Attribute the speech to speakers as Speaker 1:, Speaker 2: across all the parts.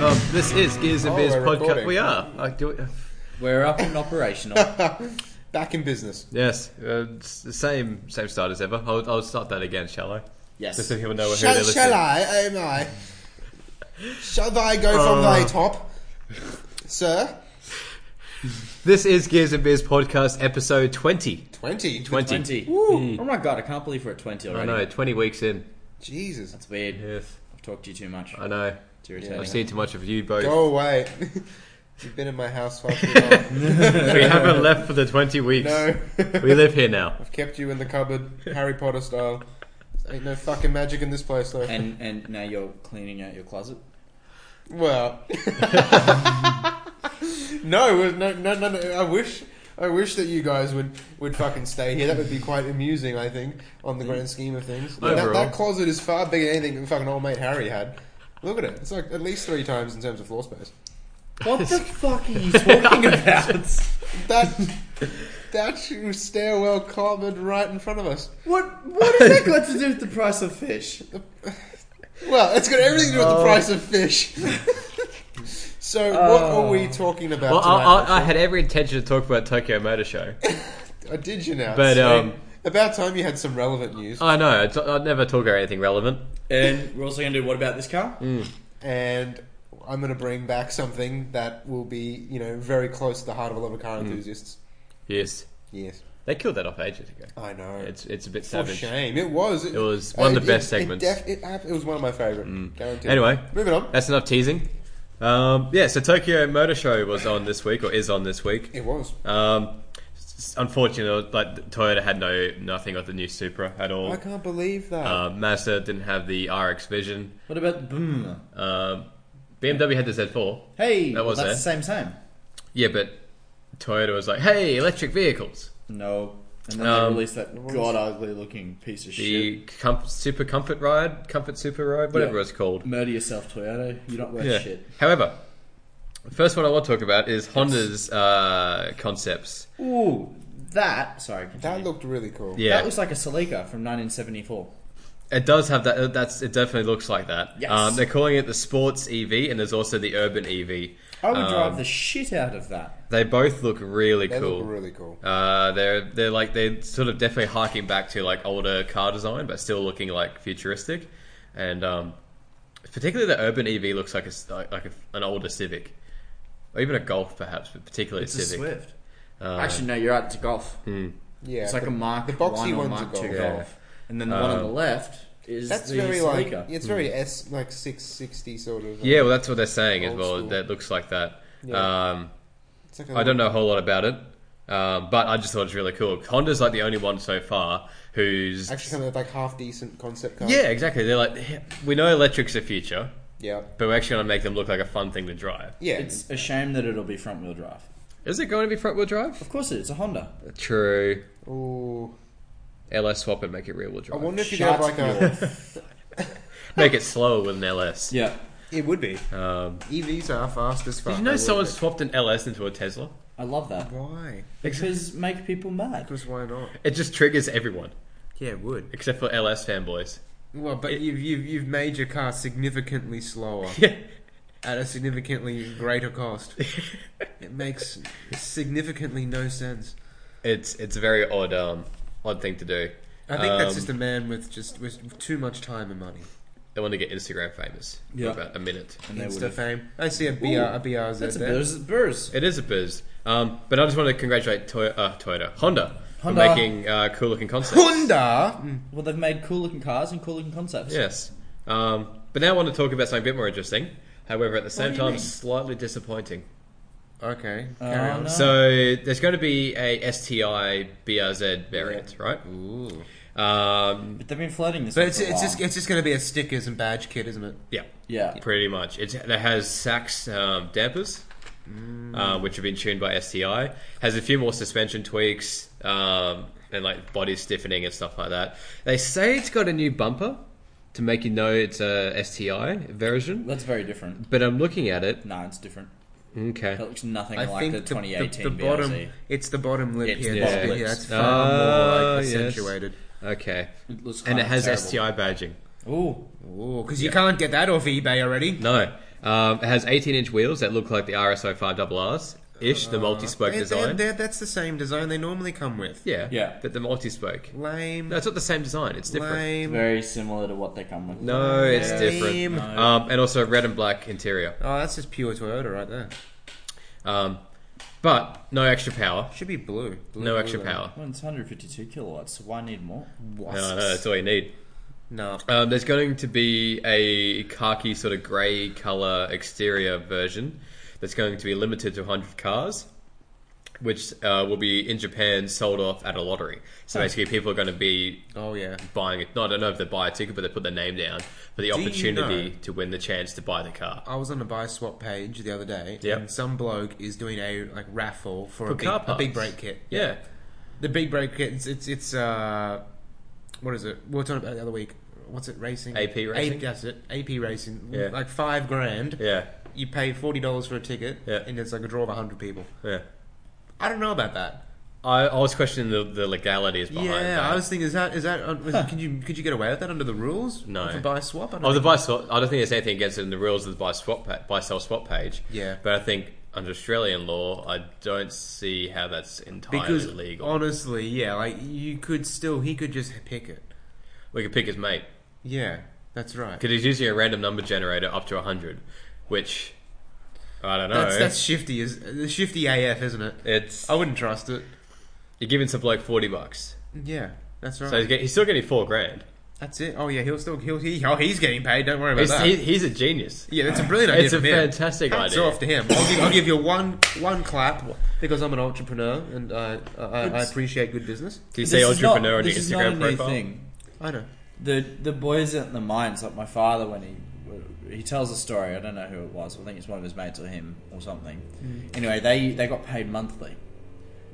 Speaker 1: Oh, This is Gears and
Speaker 2: Oh,
Speaker 1: Beers
Speaker 2: we're
Speaker 1: podcast.
Speaker 2: recording.
Speaker 1: We are. I do it.
Speaker 3: We're up and operational.
Speaker 2: Back in business.
Speaker 1: Yes, uh, it's the same same start as ever. I'll, I'll start that again, shall I?
Speaker 3: Yes.
Speaker 1: Just so people know who they're
Speaker 2: Shall,
Speaker 1: listening.
Speaker 2: shall I? Am I? Shall I go from thy top, sir?
Speaker 1: This is Gears and Beers podcast episode 20.
Speaker 2: Twenty.
Speaker 1: 20.
Speaker 3: 20. Oh my god, I can't believe we're at 20
Speaker 1: Hmm. I know,
Speaker 3: already.
Speaker 1: 20 weeks in.
Speaker 2: Jesus.
Speaker 3: It's weird.
Speaker 1: Yes,
Speaker 3: I've talked to you too much.
Speaker 1: I know.
Speaker 3: It's irritating.
Speaker 1: I've seen too much of you both.
Speaker 2: Go away. You've been in my house far too long.
Speaker 1: We haven't left for the 20 weeks.
Speaker 2: No.
Speaker 1: We live here now.
Speaker 2: I've kept you in the cupboard, Harry Potter style. Ain't no fucking magic in this place, though.
Speaker 3: and and now you're cleaning out your closet.
Speaker 2: Well, no, it was- no, no, no, no. I wish, I wish that you guys would would fucking stay here. That would be quite amusing, I think, on the grand scheme of things. That,
Speaker 1: Overall.
Speaker 2: that closet is far bigger than anything that fucking old mate Harry had. Look at it; it's like at least three times in terms of floor space.
Speaker 3: What the fuck are you talking about?
Speaker 2: That that stairwell cupboard right in front of us.
Speaker 3: what what has that got to do with the price of fish?
Speaker 2: Well, it's got everything to do with the price of fish. so, what are we talking about
Speaker 1: Oh. Well, I,
Speaker 2: tonight?
Speaker 1: I, I
Speaker 2: Mitchell?
Speaker 1: had every intention to talk about Tokyo Motor Show.
Speaker 2: I did you now?
Speaker 1: But,
Speaker 2: Sweet.
Speaker 1: um,
Speaker 2: about time you had some relevant news.
Speaker 1: I know, it's, I'd never talk about anything relevant.
Speaker 3: And we're also going to do what about this car?
Speaker 1: Hmm.
Speaker 2: and I'm going to bring back something that will be, you know, very close to the heart of a lot of car enthusiasts.
Speaker 1: Hmm. Yes.
Speaker 2: Yes,
Speaker 1: They killed that off ages ago.
Speaker 2: I know.
Speaker 1: It's, it's a bit
Speaker 2: for
Speaker 1: savage.
Speaker 2: shame. It was. It,
Speaker 1: was one of the
Speaker 2: it-
Speaker 1: best
Speaker 2: it- it
Speaker 1: segments. Hmm.
Speaker 2: def- It, ab- it was one of my favorite. Guaranteed.
Speaker 1: Anyway.
Speaker 2: moving on.
Speaker 1: That's enough teasing. Um, yeah, so Tokyo Motor Show was on this week, or is on this week.
Speaker 2: It was.
Speaker 1: Um, s- unfortunately, like Toyota had no nothing of the new Supra at all.
Speaker 2: I can't believe that.
Speaker 1: Uh, Mazda didn't have the RX Vision.
Speaker 3: What about the boom?
Speaker 1: Um, BMW had the Z4.
Speaker 3: Hey,
Speaker 1: That
Speaker 3: well,
Speaker 1: was
Speaker 3: that's
Speaker 1: it.
Speaker 3: the same same.
Speaker 1: Yeah, but Toyota was like, "Hey, electric vehicles."
Speaker 3: No. And then
Speaker 1: Um,
Speaker 3: they released that god ugly looking piece of shit.
Speaker 1: The com- Super Comfort Ride, Comfort Super Ride, whatever
Speaker 3: Yeah.
Speaker 1: it's called.
Speaker 3: Murder yourself, Toyota. You're not worth
Speaker 1: Yeah.
Speaker 3: shit.
Speaker 1: However, the first one I want to talk about is Honda's uh, concepts.
Speaker 3: Ooh, that. Sorry.
Speaker 2: that
Speaker 3: continue.
Speaker 2: looked really cool.
Speaker 1: Yeah,
Speaker 3: That looks like a Celica from 1974.
Speaker 1: It does have that. uh, That's it. Definitely looks like that.
Speaker 3: Yes.
Speaker 1: Um, they're calling it the sports EV, and there's also the urban EV.
Speaker 3: I would
Speaker 1: Um,
Speaker 3: drive the shit out of that.
Speaker 1: They both look really
Speaker 2: They
Speaker 1: cool.
Speaker 2: look really cool.
Speaker 1: uh, they're they're like they're sort of definitely harking back to like older car design, but still looking like futuristic. And um, particularly the urban EV looks like a s- like like a, an older Civic, or even a Golf perhaps, but particularly a Civic.
Speaker 3: Swift. Actually, no, you're out to golf.
Speaker 2: Uh, Yeah,
Speaker 3: It's like
Speaker 2: but
Speaker 3: a Mark
Speaker 2: The boxy
Speaker 3: One or
Speaker 2: ones
Speaker 3: Mark
Speaker 2: are
Speaker 3: Two
Speaker 2: gold.
Speaker 1: Yeah.
Speaker 3: golf, and then the one on the
Speaker 2: Um,
Speaker 3: left is
Speaker 2: That's
Speaker 3: the
Speaker 2: very like
Speaker 3: Celica.
Speaker 2: it's very S like six sixty sort of. uh,
Speaker 1: Hmm. Yeah, well, that's what they're saying as
Speaker 2: Old
Speaker 1: well.
Speaker 2: school.
Speaker 1: That looks like that.
Speaker 2: Yeah.
Speaker 1: Um,
Speaker 2: it's like
Speaker 1: I don't know a whole lot about it, um, but I just thought it was really cool. Honda's like the only one so far who's
Speaker 2: Actually, kind of like half decent concept car.
Speaker 1: yeah, exactly. They're like we know electric's the future,
Speaker 2: yeah,
Speaker 1: but we're actually going to make them look like a fun thing to drive.
Speaker 2: yeah.
Speaker 3: It's a shame that it'll be front wheel drive.
Speaker 1: Is it going to be front wheel drive?
Speaker 3: Of course, it is a Honda.
Speaker 1: True.
Speaker 2: Ooh,
Speaker 1: LS swap and make it rear wheel
Speaker 2: I
Speaker 1: drive.
Speaker 2: wonder if you
Speaker 3: Shut
Speaker 2: have like a.
Speaker 1: make it slower with an LS.
Speaker 3: Yeah,
Speaker 2: It would be.
Speaker 1: Um,
Speaker 2: EVs are fast as fuck.
Speaker 1: did you know
Speaker 2: They
Speaker 1: someone
Speaker 2: would
Speaker 1: swapped an LS into a Tesla?
Speaker 3: I love that
Speaker 2: be. Why?
Speaker 3: because make people mad.
Speaker 2: Because why not?
Speaker 1: It just triggers everyone
Speaker 2: Yeah, it would.
Speaker 1: except for LS fanboys.
Speaker 2: Well, but you've, you've you've made your car significantly slower at a significantly greater cost. it makes significantly no sense.
Speaker 1: it's it's a very odd um, odd thing to do.
Speaker 2: I think that's
Speaker 1: Um,
Speaker 2: just a man with just with too much time and money.
Speaker 1: They want to get Instagram famous for
Speaker 3: Yeah.
Speaker 1: about a minute.
Speaker 3: And they
Speaker 2: Insta
Speaker 3: would've-
Speaker 2: fame. I see a BR
Speaker 3: Ooh,
Speaker 2: a BRZ
Speaker 3: That's a
Speaker 2: there.
Speaker 3: buzz. buzz.
Speaker 1: It is a biz. Um, but I just want to congratulate Toy- uh, Toyota, Honda, for
Speaker 3: Honda.
Speaker 1: making uh, cool looking concepts.
Speaker 2: Honda. Mm,
Speaker 3: Well, they've made cool looking cars and cool looking concepts.
Speaker 1: yes. Um, but now I want to talk about something a bit more interesting. However, at the same
Speaker 3: do you
Speaker 1: time,
Speaker 3: mean?
Speaker 1: slightly disappointing.
Speaker 2: Okay.
Speaker 3: Oh,
Speaker 2: Carry on.
Speaker 3: no.
Speaker 1: So there's going to be a STI BRZ variant, right?
Speaker 2: Ooh.
Speaker 1: Um,
Speaker 3: But they've been floating this.
Speaker 2: But
Speaker 3: one
Speaker 2: it's
Speaker 3: for a
Speaker 2: it's just
Speaker 3: while.
Speaker 2: it's just going to be a stickers and badge kit, isn't it?
Speaker 1: yeah,
Speaker 3: yeah.
Speaker 1: pretty much. It's, it has Sachs um, dampers,
Speaker 3: Mm.
Speaker 1: uh, which have been tuned by STI. Has a few more suspension tweaks um, and like body stiffening and stuff like that. They say it's got a new bumper to make you know it's a STI version.
Speaker 3: That's very different.
Speaker 1: But I'm looking at it.
Speaker 3: No, it's different.
Speaker 1: Okay.
Speaker 3: That looks nothing like the
Speaker 2: the-
Speaker 3: 2018
Speaker 2: the, the bottom
Speaker 3: BRZ.
Speaker 2: it's the bottom lip
Speaker 3: It's
Speaker 2: here.
Speaker 3: the
Speaker 2: that's-
Speaker 3: bottom
Speaker 2: yeah,
Speaker 3: lips.
Speaker 2: it's far more
Speaker 1: Ah,
Speaker 2: like
Speaker 1: yes.
Speaker 2: accentuated.
Speaker 1: Okay.
Speaker 3: It looks
Speaker 1: And
Speaker 3: kinda
Speaker 1: it has
Speaker 3: Ah, terrible.
Speaker 1: STI badging.
Speaker 3: Ooh,
Speaker 2: Ooh, because you can't get that off eBay already.
Speaker 1: No. Um, it has 18 inch wheels that look like the RSO 5RRs ish,
Speaker 3: Uh,
Speaker 1: the multi spoke
Speaker 2: They-
Speaker 1: design.
Speaker 2: they- they- that's the same design they normally come with.
Speaker 1: yeah,
Speaker 3: Yeah.
Speaker 1: But the multi spoke.
Speaker 2: Lame.
Speaker 1: No, it's not the same design. It's different.
Speaker 2: lame.
Speaker 3: Very similar to what they come with.
Speaker 1: No, it's
Speaker 2: Lame.
Speaker 1: different.
Speaker 3: No.
Speaker 1: Um, and also red and black interior.
Speaker 2: Oh, that's just pure Toyota right there.
Speaker 1: Um, but no extra power.
Speaker 2: Should be blue. blue
Speaker 1: No
Speaker 2: blue,
Speaker 1: extra
Speaker 2: though.
Speaker 1: power.
Speaker 3: Well, it's 152 kilowatts, so why need more?
Speaker 1: No,
Speaker 2: What?
Speaker 1: no, that's all you need.
Speaker 2: No.
Speaker 1: Um, there's going to be a khaki sort of grey colour exterior version that's going to be limited to 100 cars, which uh, will be in Japan sold off at a lottery. So basically, people are going to be
Speaker 2: Oh yeah.
Speaker 1: buying it. No, I don't know if they buy a ticket, but they put their name down for the
Speaker 2: Do you
Speaker 1: opportunity
Speaker 2: know-
Speaker 1: to win the chance to buy the car.
Speaker 2: I was on a buy swap page the other day,
Speaker 1: Yep.
Speaker 2: and some bloke is doing a like raffle for,
Speaker 1: For
Speaker 2: a, big,
Speaker 1: car
Speaker 2: a big
Speaker 1: parts.
Speaker 2: brake kit.
Speaker 1: Yeah.
Speaker 2: The big brake kit. It's it's, it's uh, what is it? We were talking about it the other week. What's it? Racing.
Speaker 1: AP Racing?
Speaker 2: A, that's it. AP racing.
Speaker 1: Yeah.
Speaker 2: Like five grand.
Speaker 1: Yeah.
Speaker 2: You pay forty dollars for a ticket,
Speaker 1: Yeah.
Speaker 2: and it's like a draw of hundred people.
Speaker 1: Yeah.
Speaker 2: I don't know about that.
Speaker 1: I, I was questioning the, the legalities behind
Speaker 2: yeah,
Speaker 1: that.
Speaker 2: I was thinking, is that is that uh, was, could you could you get away with that under the rules?
Speaker 1: No.
Speaker 2: For buy swap. I don't
Speaker 1: Oh, the
Speaker 2: think-
Speaker 1: buy swap. I don't think there's anything against it in the rules of the buy swap, pa- buy sell swap page.
Speaker 2: Yeah.
Speaker 1: but I think under Australian law, I don't see how that's entirely
Speaker 2: because
Speaker 1: legal.
Speaker 2: honestly, yeah, like you could still he could just pick it.
Speaker 1: we could pick his mate
Speaker 2: Yeah, that's right.
Speaker 1: because he's using a random number generator up to hundred, which I don't know.
Speaker 2: That's that's Oh. shifty is the shifty AF, isn't it?
Speaker 1: it's
Speaker 2: I wouldn't trust it.
Speaker 1: you're giving some bloke forty bucks,
Speaker 2: Yeah, that's right.
Speaker 1: so he's, get, he's still getting four grand.
Speaker 2: that's it. Oh yeah, he'll still he'll he, oh he's getting paid. Don't worry about
Speaker 1: He's,
Speaker 2: that.
Speaker 1: he, he's a genius.
Speaker 2: yeah, that's a brilliant idea.
Speaker 1: It's a
Speaker 2: from him.
Speaker 1: fantastic
Speaker 2: Hats
Speaker 1: idea.
Speaker 2: off to him. I'll give, I'll give you one one clap because I'm an entrepreneur and I I, I
Speaker 3: It's-
Speaker 2: appreciate good business.
Speaker 1: Do you say
Speaker 3: This is not-
Speaker 1: entrepreneur on your
Speaker 3: this is not a
Speaker 1: Instagram
Speaker 3: new
Speaker 1: profile?
Speaker 3: thing.
Speaker 2: I know.
Speaker 3: The the boys at the mines, like my father, when he he tells a story, I don't know who it was. I think it's one of his mates or him or something.
Speaker 1: Mm.
Speaker 3: Anyway, they they got paid monthly.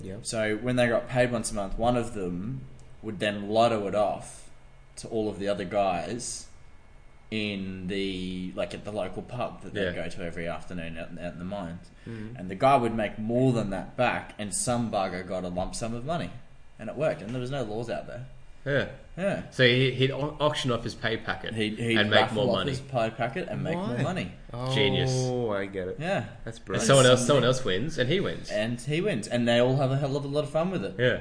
Speaker 2: Yeah.
Speaker 3: So when they got paid once a month, one of them would then lotto it off to all of the other guys in the like at the local pub that they
Speaker 1: Yeah. Mm-hmm.
Speaker 3: would go to every afternoon out, out in the mines, and the guy would make more than that back, and some bugger got a lump sum of money, and it worked, and there was no laws out there.
Speaker 1: Yeah.
Speaker 3: Yeah.
Speaker 1: So he, he'd au- auction off his pay packet
Speaker 3: He'd, he'd
Speaker 1: and make
Speaker 3: raffle
Speaker 1: more
Speaker 3: off
Speaker 1: money.
Speaker 3: his pie packet and make
Speaker 2: Why?
Speaker 3: more money.
Speaker 1: Genius.
Speaker 2: Oh, I get it.
Speaker 3: Yeah.
Speaker 2: That's
Speaker 1: And
Speaker 2: brilliant.
Speaker 1: someone else, someone else wins, and he wins.
Speaker 3: And he wins. And they all have a hell of a lot of fun with it.
Speaker 1: Yeah,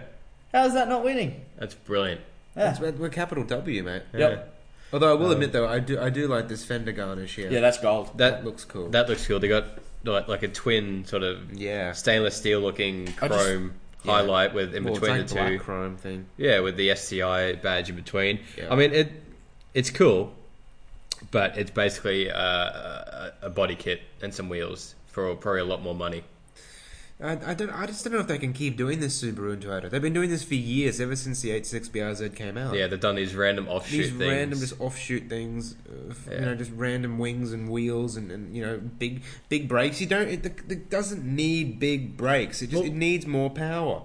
Speaker 3: How's that not winning?
Speaker 1: that's brilliant.
Speaker 3: Yeah.
Speaker 2: That's, we're capital W, mate.
Speaker 3: Yep.
Speaker 2: Although I will
Speaker 1: Um,
Speaker 2: admit, though, I do I do like this fender garnish here.
Speaker 3: Yeah, that's gold.
Speaker 1: That
Speaker 2: that looks cool.
Speaker 1: That looks cool. They got like, like a twin sort of
Speaker 2: yeah.
Speaker 1: stainless steel looking
Speaker 3: I just-
Speaker 1: chrome highlight with in
Speaker 2: Well, it's
Speaker 1: between
Speaker 2: like
Speaker 1: the
Speaker 2: black
Speaker 1: two.
Speaker 2: chrome thing.
Speaker 1: Yeah, with the SCI badge in between.
Speaker 2: Yeah.
Speaker 1: I mean, it it's cool, but it's basically uh, a, a body kit and some wheels for probably a lot more money.
Speaker 2: I, I don't. I just don't know if they can keep doing this Subaru and Toyota. They've been doing this for years, ever since the 86 BRZ came out.
Speaker 1: Yeah, they've done these random offshoot
Speaker 2: These
Speaker 1: things.
Speaker 2: random just offshoot things, uh, f-
Speaker 1: Yeah.
Speaker 2: you know, just random wings and wheels and, and you know big big brakes. You don't. It, it doesn't need big brakes. It just
Speaker 1: Well-
Speaker 2: it needs more power.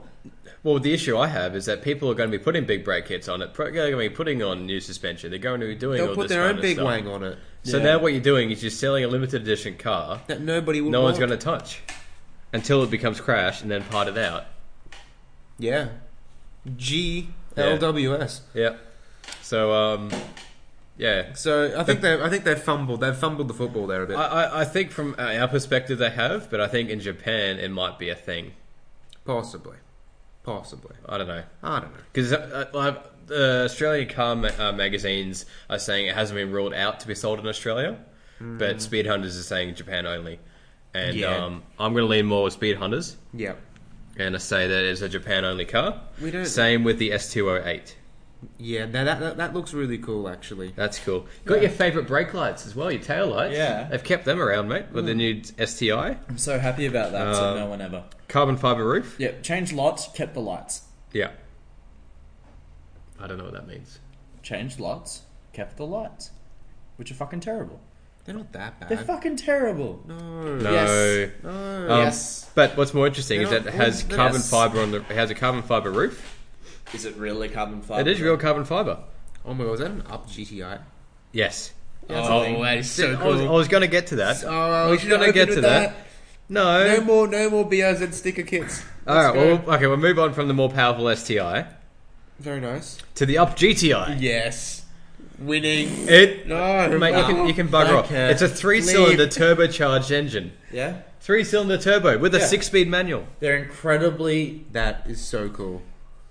Speaker 1: Well, the issue I have is that people are going to be putting big brake kits on it. pro- They're going to be putting on new suspension. They're going to be doing
Speaker 2: They'll
Speaker 1: all
Speaker 2: put
Speaker 1: this
Speaker 2: their
Speaker 1: kind
Speaker 2: own
Speaker 1: of
Speaker 2: big
Speaker 1: stuff.
Speaker 2: wang on it
Speaker 1: So
Speaker 3: Yeah.
Speaker 1: now what you're doing is you're selling a limited edition car
Speaker 2: that nobody will.
Speaker 1: no one's
Speaker 2: want.
Speaker 1: going to touch until it becomes crashed and then parted out.
Speaker 2: Yeah. G L W S.
Speaker 1: Yep. So, um, yeah.
Speaker 2: So I think they I think they've fumbled. They've fumbled the football there a
Speaker 1: I,
Speaker 2: bit.
Speaker 1: I, I think from uh, our perspective they have, but I think in Japan it might be a thing.
Speaker 2: Possibly. Possibly.
Speaker 1: I don't know.
Speaker 2: I don't know.
Speaker 1: Because uh, uh, like, the Australian car ma- uh, magazines are saying it hasn't been ruled out to be sold in Australia, but Speedhunters is saying Japan only. And
Speaker 2: Yeah.
Speaker 1: um, I'm going to lean more with Speedhunters
Speaker 2: Yeah.
Speaker 1: and I say that it's a Japan only car.
Speaker 2: We don't-
Speaker 1: Same with the S208.
Speaker 2: Yeah, now that, that that looks really cool actually.
Speaker 1: That's cool. Got your favourite brake lights as well, your tail lights.
Speaker 3: Yeah.
Speaker 1: They've kept them around, mate, with the new STI.
Speaker 3: I'm so happy about that, so
Speaker 2: Um,
Speaker 3: no one ever.
Speaker 1: Carbon fibre roof.
Speaker 3: Yep, changed lots, kept the lights.
Speaker 1: Yeah. I don't know what that means.
Speaker 3: Changed lots, kept the lights. Which are fucking terrible.
Speaker 2: They're not that bad.
Speaker 3: They're fucking terrible.
Speaker 2: no.
Speaker 1: No.
Speaker 3: Yes.
Speaker 2: No.
Speaker 1: Um,
Speaker 3: Yes.
Speaker 1: But what's more interesting
Speaker 2: They're
Speaker 1: is that
Speaker 2: not
Speaker 1: it has
Speaker 2: full-
Speaker 1: carbon
Speaker 3: yes.
Speaker 1: fibre on the. It has a carbon fibre roof.
Speaker 3: Is it really carbon
Speaker 1: It
Speaker 3: fiber?
Speaker 1: is real carbon fiber.
Speaker 2: Oh my god, was that an up GTI?
Speaker 1: Yes.
Speaker 3: Yeah, it's a thing.
Speaker 1: that is so
Speaker 2: Oh, So
Speaker 1: I was,
Speaker 2: cool.
Speaker 1: I was going to get to that. I
Speaker 2: Oh,
Speaker 1: was going to get to that. No.
Speaker 2: No more no more BRZ sticker kits.
Speaker 1: All right.
Speaker 2: Let's go.
Speaker 1: Well, okay. We'll move on from the more powerful STI
Speaker 2: very nice.
Speaker 1: to the up GTI.
Speaker 2: Yes.
Speaker 3: winning.
Speaker 1: It
Speaker 2: No,
Speaker 1: Eh, Mate, you can you can bugger off.
Speaker 3: Okay.
Speaker 1: It's a three-cylinder turbocharged engine,
Speaker 3: Yeah,
Speaker 1: three-cylinder turbo with a
Speaker 3: Yeah.
Speaker 1: six-speed manual.
Speaker 3: they're incredibly.
Speaker 2: That is so cool.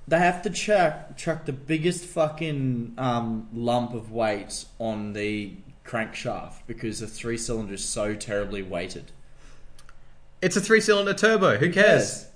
Speaker 3: They have to chuck chuck the biggest fucking um, lump of weight on the crankshaft because the three cylinder is so terribly weighted.
Speaker 1: It's a three-cylinder turbo. Who cares?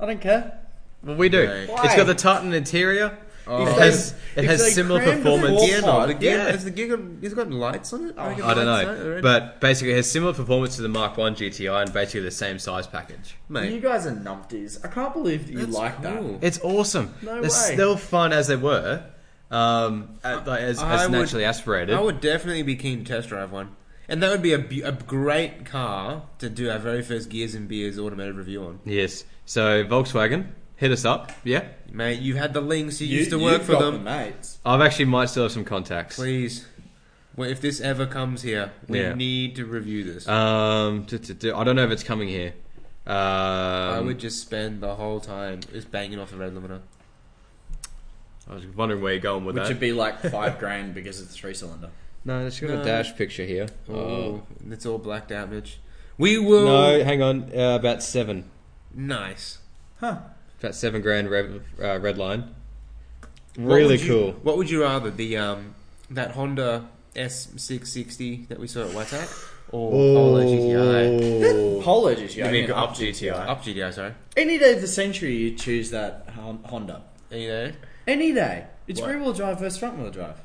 Speaker 3: I don't care.
Speaker 1: Well, we do.
Speaker 2: Right.
Speaker 1: It's
Speaker 3: Why?
Speaker 1: got the Titan interior.
Speaker 2: Oh.
Speaker 1: It has it
Speaker 3: If they
Speaker 1: has similar
Speaker 3: crammed the
Speaker 1: performance.
Speaker 3: full
Speaker 2: Gear knob. The gear,
Speaker 1: Yeah.
Speaker 2: Has the gear got, has it got lights on it? Have they got
Speaker 1: Oh, I don't
Speaker 2: lights on it
Speaker 1: know,
Speaker 2: already?
Speaker 1: but basically it has similar performance to the Mark One GTI and basically the same size package.
Speaker 3: You
Speaker 2: mate,
Speaker 3: guys are numpties. I can't believe that you
Speaker 2: that's
Speaker 3: like
Speaker 2: cool.
Speaker 1: It's awesome.
Speaker 3: No
Speaker 1: They're
Speaker 3: way.
Speaker 1: still fun as they were, um, at- like, as,
Speaker 2: I
Speaker 1: as
Speaker 2: would-
Speaker 1: naturally aspirated.
Speaker 2: I would definitely be keen to test drive one, and that would be a, be- a great car to do our very first Gears and Beers automated review on.
Speaker 1: Yes. So Volkswagen, hit us up. Yeah,
Speaker 2: Mate, you've had the links. You,
Speaker 3: that.
Speaker 2: used to work
Speaker 3: you've
Speaker 2: for
Speaker 3: got
Speaker 2: them.
Speaker 3: the mates.
Speaker 1: I've actually might still have some contacts.
Speaker 2: Please, well, if this ever comes here, we
Speaker 1: Yeah.
Speaker 2: need to review this.
Speaker 1: Um, t- t- t- I don't know if it's coming here. Um,
Speaker 2: I would just spend the whole time just banging off the red limiter.
Speaker 1: I was wondering where you're going with
Speaker 3: Which
Speaker 1: that.
Speaker 3: would be like five grand because it's three cylinder.
Speaker 1: no, it's got
Speaker 2: No.
Speaker 1: a dash picture here.
Speaker 2: Oh,
Speaker 1: Oh.
Speaker 2: it's all blacked out, Mitch. We will.
Speaker 1: No, hang on. Uh, about seven.
Speaker 2: Nice.
Speaker 3: Huh.
Speaker 1: About seven grand red, uh, red line.
Speaker 2: What
Speaker 1: Really
Speaker 2: would you-
Speaker 1: cool.
Speaker 2: What would you rather the um that Honda S six sixty that we saw at WhatsApp or Polo GTI?
Speaker 1: GTI.
Speaker 3: Polo GTI.
Speaker 1: You mean
Speaker 3: yeah,
Speaker 1: up GTI?
Speaker 2: Up GTI, sorry.
Speaker 3: Any day of the century, you choose that Hon- Honda.
Speaker 2: Are you there?
Speaker 3: Any day. It's
Speaker 2: What?
Speaker 3: rear wheel drive versus front wheel drive.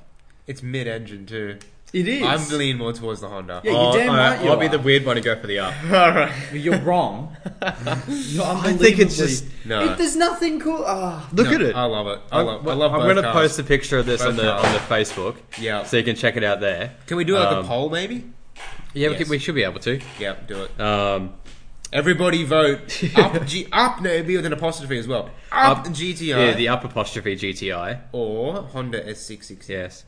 Speaker 2: It's mid engine too.
Speaker 3: It is.
Speaker 2: I'm leaning more towards the Honda.
Speaker 3: Yeah, you're
Speaker 1: Oh,
Speaker 3: damn
Speaker 1: alright,
Speaker 3: right you
Speaker 1: I'll be
Speaker 3: are.
Speaker 1: the weird one to go for the up.
Speaker 2: All right.
Speaker 3: But You're wrong. You're
Speaker 1: I think it's
Speaker 3: unbelievably-
Speaker 1: just
Speaker 2: No.
Speaker 3: If there's nothing cool, ah.
Speaker 1: look
Speaker 2: No,
Speaker 1: at it.
Speaker 2: I love it. I love. I love.
Speaker 1: I'm
Speaker 2: both
Speaker 1: gonna
Speaker 2: cars.
Speaker 1: post a picture of this
Speaker 2: Both
Speaker 1: on the
Speaker 2: cars.
Speaker 1: on the Facebook,
Speaker 2: Yeah.
Speaker 1: so you can check it out there.
Speaker 2: Can we do like
Speaker 1: Um,
Speaker 2: a poll maybe?
Speaker 1: Yeah, we,
Speaker 2: Yes.
Speaker 1: could, we should be able to.
Speaker 2: Yeah, do it.
Speaker 1: Um,
Speaker 2: Everybody vote up. G- up. No, it'd be with an apostrophe as well. Up,
Speaker 1: Up-
Speaker 2: GTI
Speaker 1: yeah, the up apostrophe GTI.
Speaker 2: or Honda S six sixty.
Speaker 1: Yes.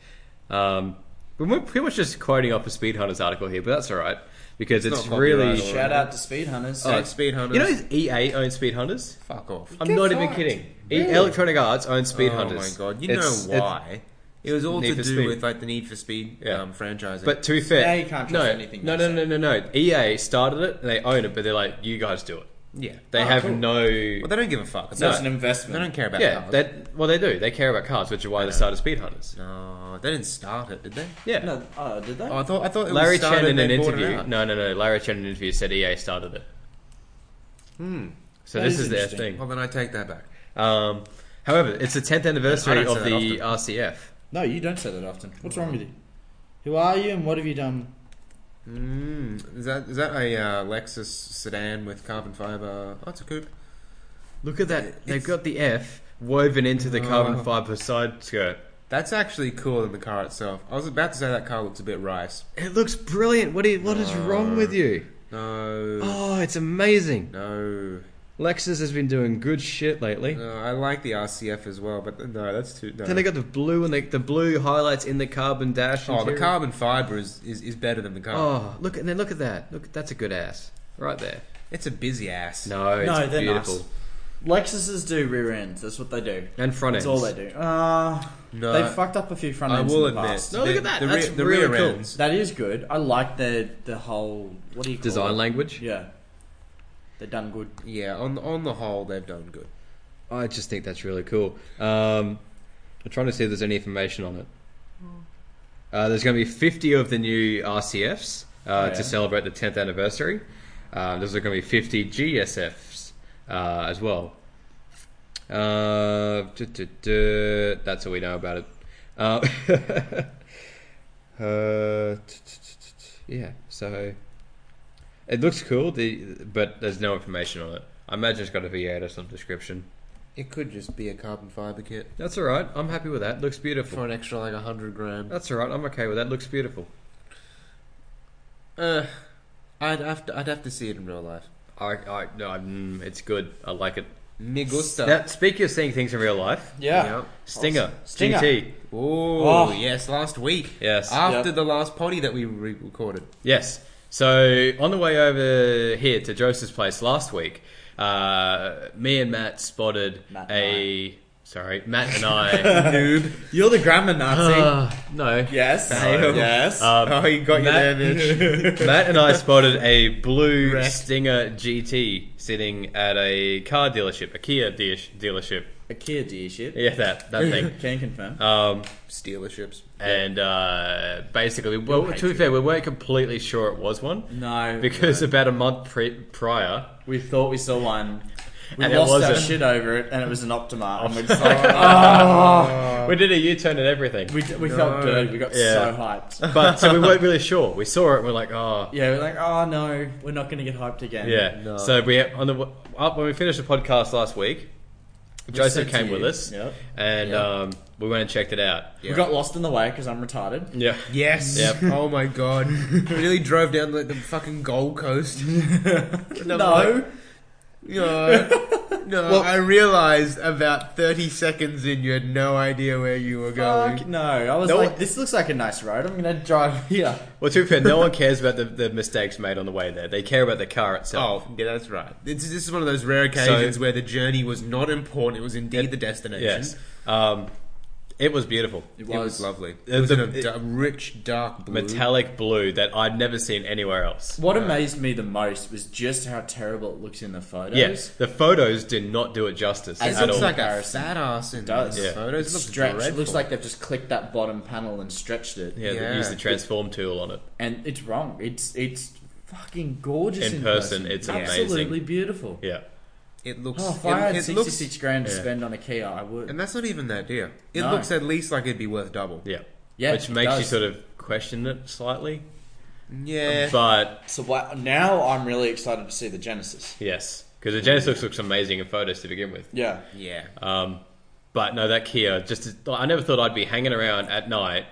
Speaker 1: Um, but we're pretty much just quoting off a Speed Hunters article here, but that's all right because
Speaker 2: It's
Speaker 1: it's,
Speaker 2: not
Speaker 1: really.
Speaker 2: copyright
Speaker 3: Shout out to Speed Hunters.
Speaker 2: Like speed hunters.
Speaker 1: You know, EA owns Speed Hunters.
Speaker 2: fuck off.
Speaker 1: I'm
Speaker 3: Get
Speaker 1: not even
Speaker 3: fucked.
Speaker 1: kidding.
Speaker 3: Really?
Speaker 1: E- Electronic Arts owns Speed Hunters.
Speaker 2: Oh my god, you
Speaker 1: It's-
Speaker 2: know
Speaker 1: it-
Speaker 2: why? It, was all
Speaker 1: Need
Speaker 2: to
Speaker 1: for
Speaker 2: do
Speaker 1: Speed.
Speaker 2: with like the Need for Speed
Speaker 1: Yeah.
Speaker 2: um, franchising.
Speaker 1: but to be fair,
Speaker 3: Yeah, you can't trust
Speaker 1: no,
Speaker 3: anything
Speaker 1: No,
Speaker 3: they
Speaker 1: no, no, no, no. EA started it. and They own it, but they're like, you guys do it.
Speaker 2: yeah,
Speaker 1: They
Speaker 3: Oh,
Speaker 1: have
Speaker 3: cool.
Speaker 1: no.
Speaker 2: well, they don't give a fuck.
Speaker 3: so
Speaker 2: They
Speaker 1: No.
Speaker 3: it's an
Speaker 2: don't- They
Speaker 3: investment.
Speaker 2: don't care about
Speaker 1: yeah,
Speaker 2: cars.
Speaker 1: that. Well, they do. They care about cars, which is why they started Speed Hunters.
Speaker 2: no, they didn't start it, did they?
Speaker 1: Yeah.
Speaker 3: No, oh, did they?
Speaker 2: Oh, I thought I thought it
Speaker 1: Larry
Speaker 2: was started
Speaker 1: Chen in an
Speaker 2: they bought it
Speaker 1: interview.
Speaker 2: out.
Speaker 1: No, no, no. Larry Chen in an interview said EA started it.
Speaker 2: Hmm.
Speaker 1: So
Speaker 3: That
Speaker 1: this
Speaker 3: is
Speaker 1: is their
Speaker 3: interesting.
Speaker 1: thing.
Speaker 2: Well, then I take that back.
Speaker 1: Um, however, it's the 10th anniversary
Speaker 2: I don't
Speaker 1: of
Speaker 2: say that
Speaker 1: the RCF.
Speaker 3: no, you don't say that often. What's wrong with you? Who are you and what have you done?
Speaker 2: Hmm. Is that is that a uh, Lexus sedan with carbon fiber? Oh, it's a coupe.
Speaker 1: Look at that. They've
Speaker 2: It's-
Speaker 1: got the F woven into the
Speaker 2: Oh.
Speaker 1: carbon fiber side skirt.
Speaker 2: That's actually cooler than the car itself. I was about to say that car looks a bit rice.
Speaker 1: It looks brilliant. What, do you, what is wrong with you?
Speaker 2: No.
Speaker 1: Oh, it's amazing.
Speaker 2: No.
Speaker 1: Lexus has been doing good shit lately.
Speaker 2: No, I like the RCF as well, but no, that's too. No.
Speaker 1: Then they got the blue and the, the blue highlights in the carbon dash.
Speaker 2: oh, the
Speaker 1: interior.
Speaker 2: carbon fiber is, is, is better than the carbon.
Speaker 1: Oh, look and then look at that. Look, that's a good ass right there.
Speaker 2: It's a busy ass.
Speaker 1: No, it's
Speaker 3: no, they're
Speaker 1: beautiful.
Speaker 3: nice. Lexuses do rear ends. That's what they do.
Speaker 1: And front
Speaker 3: That's
Speaker 1: ends.
Speaker 3: all they do. Uh,
Speaker 2: No,
Speaker 3: they've fucked up a few front
Speaker 2: I
Speaker 3: ends
Speaker 2: will
Speaker 3: in the
Speaker 2: admit.
Speaker 3: past.
Speaker 1: No, look
Speaker 2: the-
Speaker 1: at that.
Speaker 2: The,
Speaker 1: That's
Speaker 2: the
Speaker 1: really
Speaker 2: rear
Speaker 1: cool.
Speaker 2: ends.
Speaker 3: That is good. I like the the whole what do you call
Speaker 1: Design
Speaker 3: it?
Speaker 1: language.
Speaker 3: Yeah, they've done good.
Speaker 2: Yeah, on on the whole, they've done good.
Speaker 1: I just think that's really cool. Um, I'm trying to see if there's any information on it.
Speaker 3: Hmm.
Speaker 1: Uh, there's going to be 50 of the new RCFs uh,
Speaker 3: Oh, yeah.
Speaker 1: to celebrate the 10th anniversary. Uh, there's going to be 50 GSFs uh, as well. Uh, duh, duh, duh. that's all we know about it. Uh, uh, t- t- t- t- t- yeah, so it looks cool, the, but there's no information on it. I imagine it's got a V8 or some description.
Speaker 2: It could just be a carbon fiber kit
Speaker 1: That's all right. I'm happy with that. Looks beautiful.
Speaker 2: for an extra like hundred grand.
Speaker 1: That's all right. I'm okay with that. Looks beautiful.
Speaker 2: Uh, I'd have to I'd have to see it in real life.
Speaker 1: I, I no, mm, it's good. I like it.
Speaker 2: Me gusta.
Speaker 1: Now, speaking of seeing things in real life,
Speaker 2: Yeah.
Speaker 1: Stinger,
Speaker 3: Awesome. Stinger.
Speaker 1: GT,
Speaker 2: Ooh,
Speaker 3: Oh.
Speaker 2: yes, last week
Speaker 1: yes,
Speaker 2: after
Speaker 3: Yep.
Speaker 2: the last potty that we re- recorded.
Speaker 1: yes. So on the way over here to Joseph's place last week, uh, me and Matt spotted
Speaker 3: Matt
Speaker 1: a Sorry, Matt and I.
Speaker 2: Noob.
Speaker 3: You're the grammar Nazi.
Speaker 1: Ah, no.
Speaker 3: yes.
Speaker 1: Damn.
Speaker 3: Yes.
Speaker 1: Um,
Speaker 2: oh, he got you there,
Speaker 1: Matt-
Speaker 2: bitch.
Speaker 1: Matt and I spotted a blue
Speaker 2: Wrecked.
Speaker 1: Stinger GT sitting at a car dealership, a Kia de- dealership.
Speaker 3: a Kia dealership.
Speaker 1: Yeah, that that thing.
Speaker 3: Can confirm.
Speaker 1: Um,
Speaker 2: Stealerships.
Speaker 1: and uh, basically, well,
Speaker 3: hate
Speaker 1: to be
Speaker 3: you.
Speaker 1: fair, we weren't completely sure it was one
Speaker 3: no,
Speaker 1: because about a month pre- prior,
Speaker 3: we thought we saw one. We
Speaker 1: And it
Speaker 3: lost our
Speaker 1: wasn't.
Speaker 3: shit over it, and it was an Optima, and we're just like, oh.
Speaker 2: Ah.
Speaker 1: we did a U-turn and everything.
Speaker 3: We, d- we
Speaker 2: No.
Speaker 3: felt good. We got
Speaker 1: Yeah.
Speaker 3: so hyped.
Speaker 1: but so we weren't really sure. We saw it. and We're like, oh,
Speaker 3: Yeah, we're like, oh no, we're not going to get hyped again.
Speaker 1: yeah.
Speaker 2: No.
Speaker 1: So we on the up when we finished the podcast last week,
Speaker 3: We
Speaker 1: Joseph
Speaker 3: said to
Speaker 1: came
Speaker 3: you-
Speaker 1: with us,
Speaker 3: Yep.
Speaker 1: and
Speaker 3: Yeah.
Speaker 1: um, we went and checked it out.
Speaker 3: We got lost in the way because I'm retarded.
Speaker 1: Yeah.
Speaker 2: Yes.
Speaker 1: Yep.
Speaker 2: Oh my god. really drove down the, the fucking Gold Coast.
Speaker 3: No,
Speaker 2: No. No. I realized about 30 seconds in, you had no idea where you were going.
Speaker 3: fuck no. I was
Speaker 1: No.
Speaker 3: like, this looks like a nice road. I'm going to drive here.
Speaker 1: Well, to be fair, no one cares about the, the mistakes made on the way there. They care about the car itself.
Speaker 2: Oh, yeah, that's right. This, this is one of those rare occasions
Speaker 1: So-
Speaker 2: where the journey was not important. It was indeed the destination.
Speaker 1: yes. Um, it was beautiful.
Speaker 2: It was, lovely. It
Speaker 1: Uh,
Speaker 2: was
Speaker 1: the-
Speaker 2: in a
Speaker 1: it-
Speaker 2: da- rich, dark blue.
Speaker 1: Metallic blue that I'd never seen anywhere else.
Speaker 3: What amazed me the most was just how terrible it looks in the photos.
Speaker 1: Yes, the photos did not do it justice
Speaker 3: As
Speaker 2: It
Speaker 1: at
Speaker 2: looks
Speaker 1: all.
Speaker 2: like a
Speaker 3: Comparison.
Speaker 2: fat ass in
Speaker 3: does.
Speaker 2: the
Speaker 1: Yeah.
Speaker 2: photos.
Speaker 3: It's
Speaker 2: It looks
Speaker 3: stretched. It
Speaker 2: dreadful.
Speaker 3: looks like they've just clicked that bottom panel and stretched it.
Speaker 1: yeah,
Speaker 2: Yeah.
Speaker 1: they used the transform tool on it.
Speaker 3: And it's wrong. It's it's fucking gorgeous
Speaker 1: In
Speaker 3: in,
Speaker 1: person, it's amazing.
Speaker 3: absolutely beautiful.
Speaker 1: Yeah.
Speaker 2: it looks.
Speaker 3: Oh, if I had
Speaker 2: it, it looks.
Speaker 3: 66 grand to
Speaker 1: Yeah.
Speaker 3: spend on a Kia, I would.
Speaker 2: And that's not even that dear. It
Speaker 3: No.
Speaker 2: looks at least like it'd be worth double.
Speaker 1: Yeah.
Speaker 3: Yeah,
Speaker 1: Which
Speaker 3: it
Speaker 1: makes you
Speaker 3: does.
Speaker 1: sort of question it slightly.
Speaker 2: Yeah.
Speaker 1: But
Speaker 3: So wha- now I'm really excited to see the Genesis.
Speaker 1: yes, because the Genesis looks amazing in photos to begin with.
Speaker 3: Yeah.
Speaker 2: Yeah.
Speaker 1: Um, but no, that Kia just I never thought I'd be hanging around at night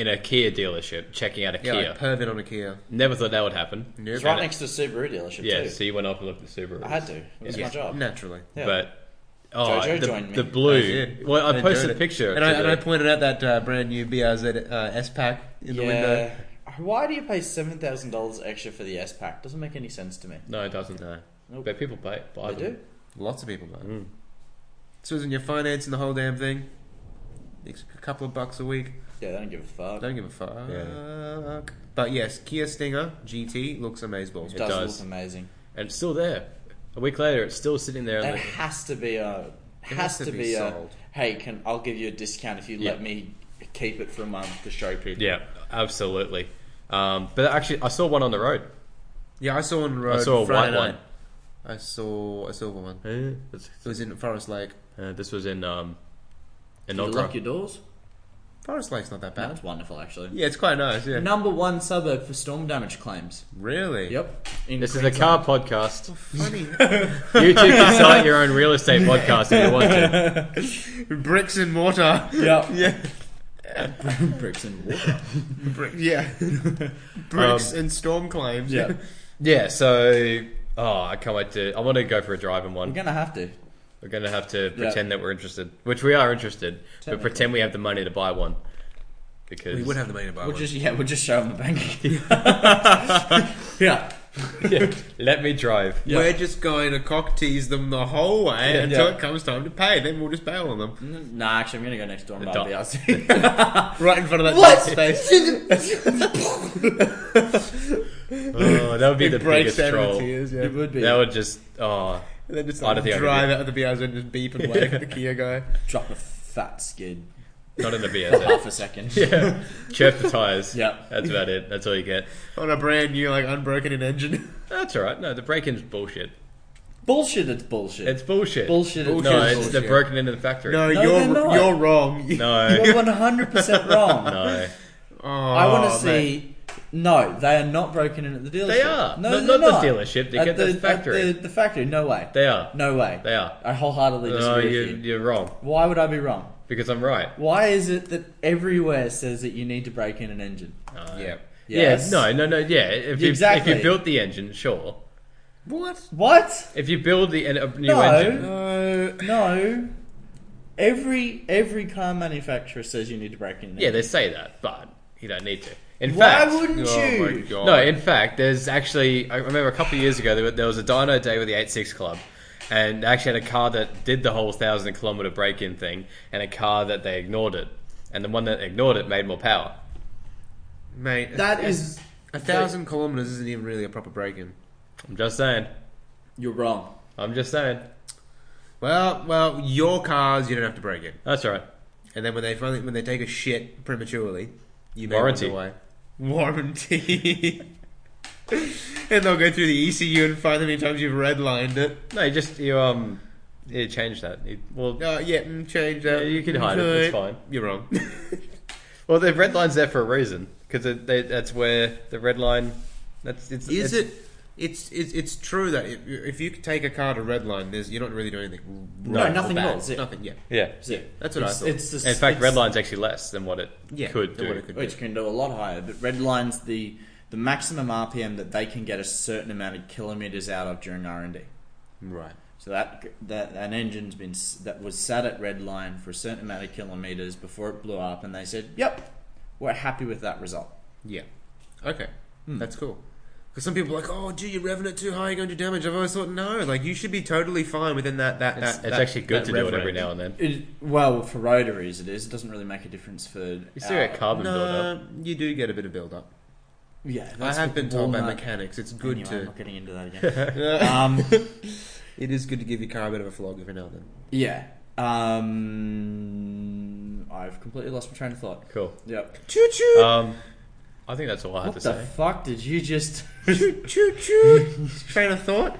Speaker 1: in a Kia dealership checking out a
Speaker 2: Yeah,
Speaker 1: Kia.
Speaker 2: like pervert on a Kia.
Speaker 1: never thought that would happen.
Speaker 2: Nope.
Speaker 3: It's right next to the Subaru dealership,
Speaker 1: Yeah,
Speaker 3: too.
Speaker 1: so you went off and looked at Subaru.
Speaker 3: I had to. It was
Speaker 2: Yeah,
Speaker 3: my job.
Speaker 2: Naturally.
Speaker 3: Yeah.
Speaker 1: But oh,
Speaker 3: Jojo
Speaker 1: the,
Speaker 3: joined me.
Speaker 1: the
Speaker 2: I
Speaker 1: blue.
Speaker 2: did.
Speaker 1: well, I,
Speaker 2: enjoyed
Speaker 1: posted a
Speaker 2: it.
Speaker 1: picture
Speaker 2: and I,
Speaker 1: to
Speaker 2: and
Speaker 1: the-
Speaker 2: I pointed out that uh, brand new BRZ uh, S Pack in the window.
Speaker 3: Why do you pay seven thousand dollars extra for the S pack? Doesn't make any sense to me.
Speaker 1: No, it doesn't.
Speaker 2: No.
Speaker 3: Nope.
Speaker 1: But people buy, buy
Speaker 3: I
Speaker 1: them.
Speaker 3: do.
Speaker 2: Lots of people buy. it.
Speaker 1: Mm.
Speaker 2: Susan, you're financing the whole damn thing. It's a couple of bucks a week.
Speaker 3: Yeah, they don't give a fuck.
Speaker 2: Don't give a fuck. But yes, Kia Stinger GT looks amazeballs.
Speaker 3: it,
Speaker 1: It
Speaker 3: does,
Speaker 1: does.
Speaker 3: look amazing.
Speaker 1: And it's still there. A week later, it's still sitting there.
Speaker 3: That
Speaker 1: And like,
Speaker 3: has to be a
Speaker 2: It
Speaker 3: has to be, a
Speaker 2: sold.
Speaker 3: hey. Can I'll give you a discount if you
Speaker 1: Yeah.
Speaker 3: let me keep it for a month to show people.
Speaker 1: yeah, absolutely. Um, but actually, I saw one on the road.
Speaker 2: Yeah, I saw one on the road.
Speaker 1: I saw a
Speaker 2: Friday
Speaker 1: white
Speaker 2: night. I saw a silver one.
Speaker 1: one. Eh, it's-
Speaker 2: It was in Forest Lake.
Speaker 1: uh, this was in um, in
Speaker 3: Did you
Speaker 1: Nokra.
Speaker 3: lock your doors?
Speaker 2: Forest Lake's not that bad.
Speaker 3: That's wonderful, actually.
Speaker 2: Yeah, it's quite nice. Yeah.
Speaker 3: Number one suburb for storm damage claims.
Speaker 2: Really?
Speaker 3: Yep. In
Speaker 1: This is a
Speaker 3: Queensland.
Speaker 1: car podcast.
Speaker 2: Funny.
Speaker 1: You two can start your own real estate podcast if you want to.
Speaker 2: Bricks and mortar.
Speaker 3: Yep.
Speaker 2: Yeah.
Speaker 3: Bricks and water.
Speaker 2: Brick. Yeah. Bricks and storm claims.
Speaker 3: Yeah.
Speaker 1: Yeah, so oh, I can't wait to. I want to go for a drive in
Speaker 3: I'm
Speaker 1: one.
Speaker 3: gonna have to.
Speaker 1: We're gonna have to pretend that we're interested, which we are interested, but
Speaker 3: Technically.
Speaker 1: pretend we have the money to buy one because
Speaker 2: We would have the money to buy
Speaker 3: We'll
Speaker 2: one.
Speaker 3: just yeah, we'll just show them the bank. yeah.
Speaker 1: Yeah, let me drive.
Speaker 3: Yeah.
Speaker 2: We're just going to cock tease them the whole way
Speaker 3: Yeah,
Speaker 2: until
Speaker 3: yeah.
Speaker 2: it comes time to pay. Then we'll just bail on them
Speaker 3: N- Nah, actually, I'm gonna go next door and buy
Speaker 1: The
Speaker 3: a
Speaker 1: dot.
Speaker 3: BRZ.
Speaker 2: right in front of that
Speaker 3: Uh, What?
Speaker 2: dead space.
Speaker 1: Oh, that would be the
Speaker 2: it breaks
Speaker 1: biggest
Speaker 2: down into
Speaker 1: troll.
Speaker 2: tears. Yeah.
Speaker 3: it would be
Speaker 1: That would just oh,
Speaker 2: And then just
Speaker 1: I don't
Speaker 2: like,
Speaker 1: think I could
Speaker 2: drive
Speaker 1: do
Speaker 2: out of the BRZ and just beep and wave at the Kia guy.
Speaker 3: drop a fat skid
Speaker 1: not in the
Speaker 3: for
Speaker 1: BSF.
Speaker 3: half a second.
Speaker 1: yeah, chirp the tires.
Speaker 3: Yeah.
Speaker 1: that's about it. That's all you get.
Speaker 2: on a brand new like unbroken in engine.
Speaker 1: That's all right. No, the break-in's bullshit.
Speaker 3: Bullshit! It's bullshit.
Speaker 1: It's bullshit.
Speaker 3: bullshit. It's
Speaker 1: No,
Speaker 3: bullshit.
Speaker 1: it's the broken into the factory.
Speaker 2: No,
Speaker 3: No,
Speaker 2: you're
Speaker 3: they're not.
Speaker 2: you're wrong.
Speaker 1: no,
Speaker 3: You're 100 percent wrong.
Speaker 1: no.
Speaker 2: Oh,
Speaker 3: I want to
Speaker 2: mate.
Speaker 3: see. No, they are not broken in at the dealership.
Speaker 1: They are. Not-
Speaker 3: No, they're
Speaker 1: not the
Speaker 3: not
Speaker 1: dealership, they
Speaker 3: At
Speaker 1: get the
Speaker 3: at
Speaker 1: factory.
Speaker 3: The, the factory. No way.
Speaker 1: They are.
Speaker 3: no way.
Speaker 1: They are.
Speaker 3: I wholeheartedly disagree
Speaker 1: No,
Speaker 3: with
Speaker 1: you,
Speaker 3: you.
Speaker 1: you're wrong
Speaker 3: Why would I be wrong?
Speaker 1: because I'm right.
Speaker 3: Why is it that everywhere says that you need to break in an engine?
Speaker 1: No.
Speaker 2: Yeah.
Speaker 3: Yes.
Speaker 1: Yeah. No. No. No. Yeah. If you
Speaker 3: Exactly.
Speaker 1: if you built the engine, sure.
Speaker 2: What?
Speaker 3: What?
Speaker 1: If you build the en- a new
Speaker 3: No.
Speaker 1: engine,
Speaker 2: No.
Speaker 3: No. Every every car manufacturer says you need to break in. an
Speaker 1: yeah,
Speaker 3: engine.
Speaker 1: they say that, but you don't need to. In
Speaker 3: Why
Speaker 1: fact,
Speaker 3: wouldn't you?
Speaker 2: Oh my god.
Speaker 1: no. In fact, there's actually I remember a couple of years ago there, were- there was a Dino Day with the Eight Six Club, and they actually had a car that did the whole thousand kilometer break in thing, and a car that they ignored it, and the one that ignored it made more power.
Speaker 2: Mate,
Speaker 3: That
Speaker 2: a,
Speaker 3: is.
Speaker 2: a thousand kilometers isn't even really a proper break in.
Speaker 1: I'm just saying.
Speaker 3: You're wrong.
Speaker 1: I'm just saying.
Speaker 2: Well, well, your cars you don't have to break in,
Speaker 1: That's all right.
Speaker 2: and then when they finally when they take a shit prematurely, you may
Speaker 1: Warranty.
Speaker 2: wonder why. Warranty. and they'll go through the ECU and find how many times you've redlined it.
Speaker 1: No, you just you um, you change that. You, well,
Speaker 2: Oh yeah, mm, change
Speaker 1: yeah,
Speaker 2: that. Mm,
Speaker 1: you can hide it. It's fine.
Speaker 2: You're wrong.
Speaker 1: Well, the red line's there for a reason because that's where the red line. That's it's.
Speaker 2: Is
Speaker 1: it's,
Speaker 2: it? It's it's it's true that if, if you take a car to redline, there's you're not really doing anything.
Speaker 3: No,
Speaker 2: wrong or
Speaker 3: nothing at
Speaker 2: bad.
Speaker 3: all, zip.
Speaker 2: Nothing. Yeah,
Speaker 1: Yeah.
Speaker 3: Yeah,
Speaker 2: That's what I
Speaker 3: it's,
Speaker 2: thought.
Speaker 3: It's just,
Speaker 1: In fact,
Speaker 3: it's-
Speaker 1: red line's actually less than what it
Speaker 2: yeah.
Speaker 1: could
Speaker 2: than
Speaker 1: do.
Speaker 2: what it could
Speaker 3: which can do a lot higher. But red lines the the maximum RPM that they can get a certain amount of kilometers out of during R and D.
Speaker 2: Right.
Speaker 3: So that that an engine's been s- that was sat at red line for a certain amount of kilometers before it blew up, and they said, "Yep, we're happy with that result."
Speaker 2: Yeah. Okay.
Speaker 1: Hmm.
Speaker 2: That's cool. Because some people are like, oh, gee, you're revving it too high, you're going to do damage. I've always thought, no, like you should be totally fine within that. That
Speaker 1: It's,
Speaker 2: that,
Speaker 1: it's
Speaker 2: that-
Speaker 1: actually good to
Speaker 2: that
Speaker 1: do
Speaker 2: rev
Speaker 1: it every
Speaker 2: rate.
Speaker 1: now and then.
Speaker 3: It, well, for rotaries, it is. It doesn't really make a difference for. You
Speaker 1: You still get carbon buildup.
Speaker 2: No, you do get a bit of build up.
Speaker 3: Yeah,
Speaker 2: I
Speaker 3: that's
Speaker 2: have
Speaker 3: with
Speaker 2: been told by
Speaker 3: walnut.
Speaker 2: mechanics it's good
Speaker 3: Anyway, I'm not getting into that
Speaker 2: to.
Speaker 3: again. um,
Speaker 2: it is good to give your car a bit of a flog every now and then.
Speaker 3: yeah. Um, I've completely lost my train of thought.
Speaker 1: Cool.
Speaker 3: Yep.
Speaker 2: Choo choo!
Speaker 1: Um, I think that's all I had
Speaker 3: What
Speaker 1: to
Speaker 3: the
Speaker 1: say.
Speaker 3: fuck did you just?
Speaker 2: choo choo choo! Train of thought.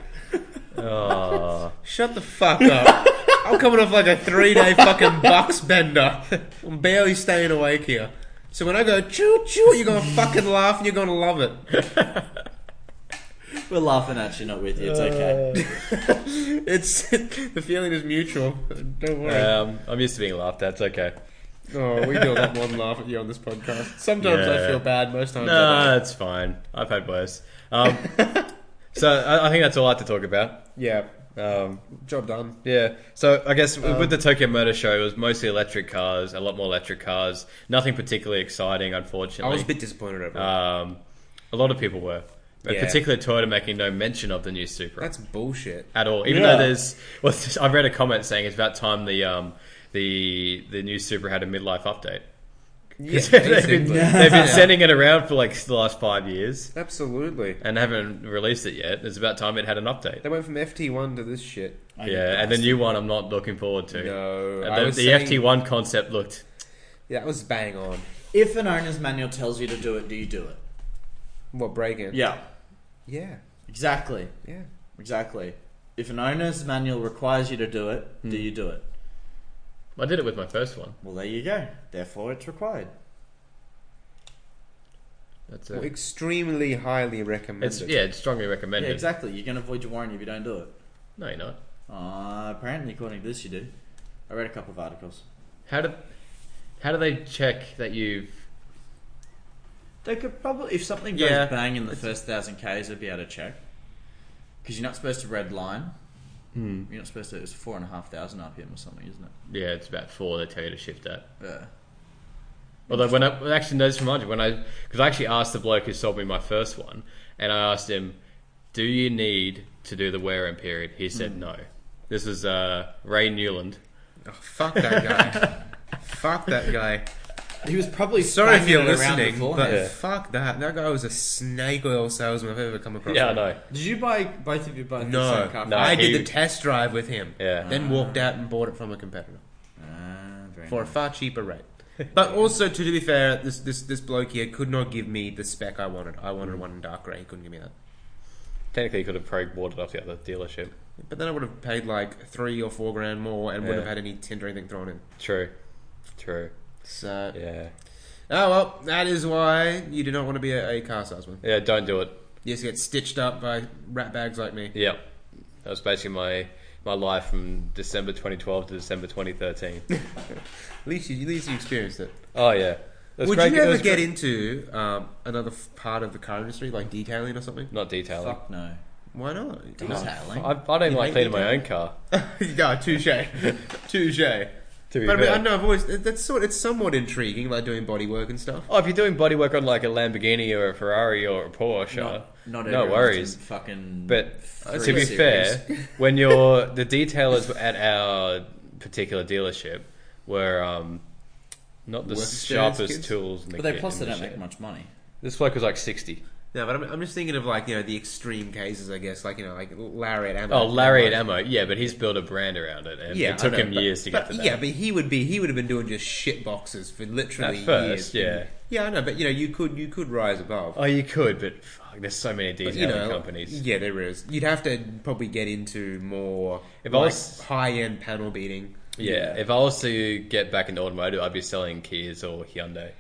Speaker 1: Oh,
Speaker 2: Shut the fuck up. I'm coming off like a three day fucking box bender. I'm barely staying awake here. So when I go choo choo, you're gonna fucking laugh and you're gonna love it.
Speaker 3: We're laughing at you, not with you. It's
Speaker 1: Uh,
Speaker 3: okay.
Speaker 2: It's the feeling is mutual. Don't worry.
Speaker 1: um, I'm used to being laughed at. It's okay.
Speaker 2: oh, we build up one laugh at you on this podcast. Sometimes I
Speaker 1: Yeah.
Speaker 2: feel bad. Most times, I
Speaker 1: No,
Speaker 2: don't.
Speaker 1: it's fine. I've had worse. Um, so I, I think that's all I have to talk about.
Speaker 2: yeah,
Speaker 1: Um,
Speaker 2: job done.
Speaker 1: yeah. So I guess
Speaker 2: Um,
Speaker 1: with the Tokyo Motor Show, it was mostly electric cars, a lot more electric cars. Nothing particularly exciting,
Speaker 2: I
Speaker 1: unfortunately.
Speaker 2: was a bit disappointed over. it.
Speaker 1: um, a lot of people were, but
Speaker 2: Yeah.
Speaker 1: particularly Toyota making no mention of the new Supra.
Speaker 2: That's bullshit.
Speaker 1: at all. Even
Speaker 3: Yeah.
Speaker 1: though there's, well, I've read a comment saying it's about time the um, the the new Supra had a midlife update.
Speaker 2: Yeah,
Speaker 1: they've been,
Speaker 2: basically.
Speaker 1: they've been sending it around for like the last five years
Speaker 2: Absolutely.
Speaker 1: and haven't released it yet. It's about time it had an update.
Speaker 2: They went from FT1 to this shit.
Speaker 1: Yeah, and the new one I'm not looking forward to.
Speaker 2: No,
Speaker 1: Uh,
Speaker 2: I
Speaker 1: The,
Speaker 2: was
Speaker 1: the
Speaker 2: saying-
Speaker 1: FT1 concept looked.
Speaker 2: Yeah, that was bang on.
Speaker 3: If an owner's manual tells you to do it, do you do it?
Speaker 2: What break in?
Speaker 3: Yeah,
Speaker 2: yeah,
Speaker 3: exactly,
Speaker 2: yeah.
Speaker 3: exactly. If an owner's manual requires you to do it,
Speaker 1: Hmm.
Speaker 3: do you do it?
Speaker 1: I did it with my first one.
Speaker 3: Well, there you go. Therefore, it's required.
Speaker 1: That's
Speaker 2: Well,
Speaker 1: it.
Speaker 2: extremely highly recommended.
Speaker 1: It's yeah, it's strongly
Speaker 3: Yeah,
Speaker 1: recommended.
Speaker 3: exactly. You're gonna void your warranty if you don't do it.
Speaker 1: No, you're not.
Speaker 3: Uh, apparently, according to this, you do. I read a couple of articles.
Speaker 1: How do how do they check that you've?
Speaker 3: They could probably, if something goes
Speaker 2: Yeah.
Speaker 3: bang in the first thousand k's, they'd be able to check. Because you're not supposed to red line.
Speaker 1: Hmm.
Speaker 3: You're not supposed to. It's four and a half thousand RPM or something, isn't it?
Speaker 1: Yeah, it's about four. They tell you to shift that.
Speaker 3: Yeah.
Speaker 1: Although when I well, actually no, this reminds me when I because I actually asked the bloke who sold me my first one, and I asked him, "Do you need to do the wear-in period?" He said no. This was uh, Ray Newland.
Speaker 2: Oh, fuck that guy. fuck that guy.
Speaker 3: He was probably
Speaker 2: Sorry if
Speaker 3: banging
Speaker 2: you're
Speaker 3: it around
Speaker 2: listening, but
Speaker 3: beforehand.
Speaker 1: Yeah.
Speaker 2: fuck that. That guy was a snake oil salesman I've ever come across.
Speaker 1: Yeah, I know.
Speaker 3: did you buy both of you both the
Speaker 2: No,
Speaker 3: same car?
Speaker 1: No,
Speaker 2: I
Speaker 1: he-
Speaker 2: did the test drive with him.
Speaker 1: Yeah.
Speaker 2: Then walked out and bought it from a competitor
Speaker 3: Ah, very
Speaker 2: for a
Speaker 3: nice.
Speaker 2: far cheaper rate. But also, to, to be fair, this, this this bloke here could not give me the spec I wanted. I wanted one in dark grey. He couldn't give me that.
Speaker 1: Technically, he could have probably bought it off the other dealership.
Speaker 2: But then I would have paid like three or four grand more and
Speaker 1: Yeah.
Speaker 2: wouldn't have had any tint or anything thrown in.
Speaker 1: True, true.
Speaker 2: So,
Speaker 1: Yeah,
Speaker 2: oh well, that is why you do not want to be a, a car salesman.
Speaker 1: yeah. Don't do it.
Speaker 2: You just get stitched up by rat bags like me.
Speaker 1: Yeah, that was basically my my life from December 2012 to December 2013.
Speaker 2: At least you, at least you experienced it.
Speaker 1: oh yeah. It was
Speaker 2: Would
Speaker 1: great-
Speaker 2: you
Speaker 1: it
Speaker 2: ever
Speaker 1: was
Speaker 2: get
Speaker 1: great-
Speaker 2: into um, another f- part of the car industry, like detailing or something?
Speaker 1: Not detailing.
Speaker 3: Fuck no.
Speaker 2: Why not?
Speaker 3: Detailing.
Speaker 1: I, I don't even like
Speaker 2: hate
Speaker 1: cleaning my own
Speaker 2: detailing?
Speaker 1: car.
Speaker 2: yeah, touche, touche.
Speaker 1: To be
Speaker 2: But I, mean,
Speaker 1: fair.
Speaker 2: I know I've always it- that's sort. It's somewhat intriguing, like doing bodywork and stuff.
Speaker 1: Oh, if you're doing bodywork on like a Lamborghini or a Ferrari or a Porsche,
Speaker 3: Not- Not
Speaker 1: No
Speaker 3: everyone's
Speaker 1: worries.
Speaker 3: in Fucking.
Speaker 1: But
Speaker 3: three
Speaker 1: to be
Speaker 3: series.
Speaker 1: fair, when you're the detailers at our particular dealership were um, not the
Speaker 2: Worst
Speaker 1: sharpest
Speaker 2: kids?
Speaker 1: tools. In the
Speaker 3: but they
Speaker 1: kit-
Speaker 3: plus they
Speaker 1: in the
Speaker 3: don't make
Speaker 1: shit.
Speaker 3: much money.
Speaker 1: This bloke was like sixty.
Speaker 2: No, but I'm, I'm just thinking of like you know the extreme cases, I guess, like you know, like Larry at Ammo.
Speaker 1: Oh, Larry and Ammo. Yeah, but he's built a brand around it, and
Speaker 2: Yeah,
Speaker 1: it took
Speaker 2: I know,
Speaker 1: him
Speaker 2: but-
Speaker 1: years to
Speaker 2: but,
Speaker 1: get to that.
Speaker 2: Yeah, but he would be he would have been doing just shit boxes for literally
Speaker 1: At first,
Speaker 2: years.
Speaker 1: yeah.
Speaker 2: yeah, I know, but you know, you could you could rise above.
Speaker 1: oh, you could, but fuck, there's so many detailing
Speaker 2: But, you know,
Speaker 1: companies.
Speaker 2: Yeah, there is. You'd have to probably get into more
Speaker 1: If I
Speaker 2: like,
Speaker 1: was-
Speaker 2: high-end panel beating.
Speaker 1: Yeah. if I was to get back into automotive, I'd be selling Kias or Hyundai.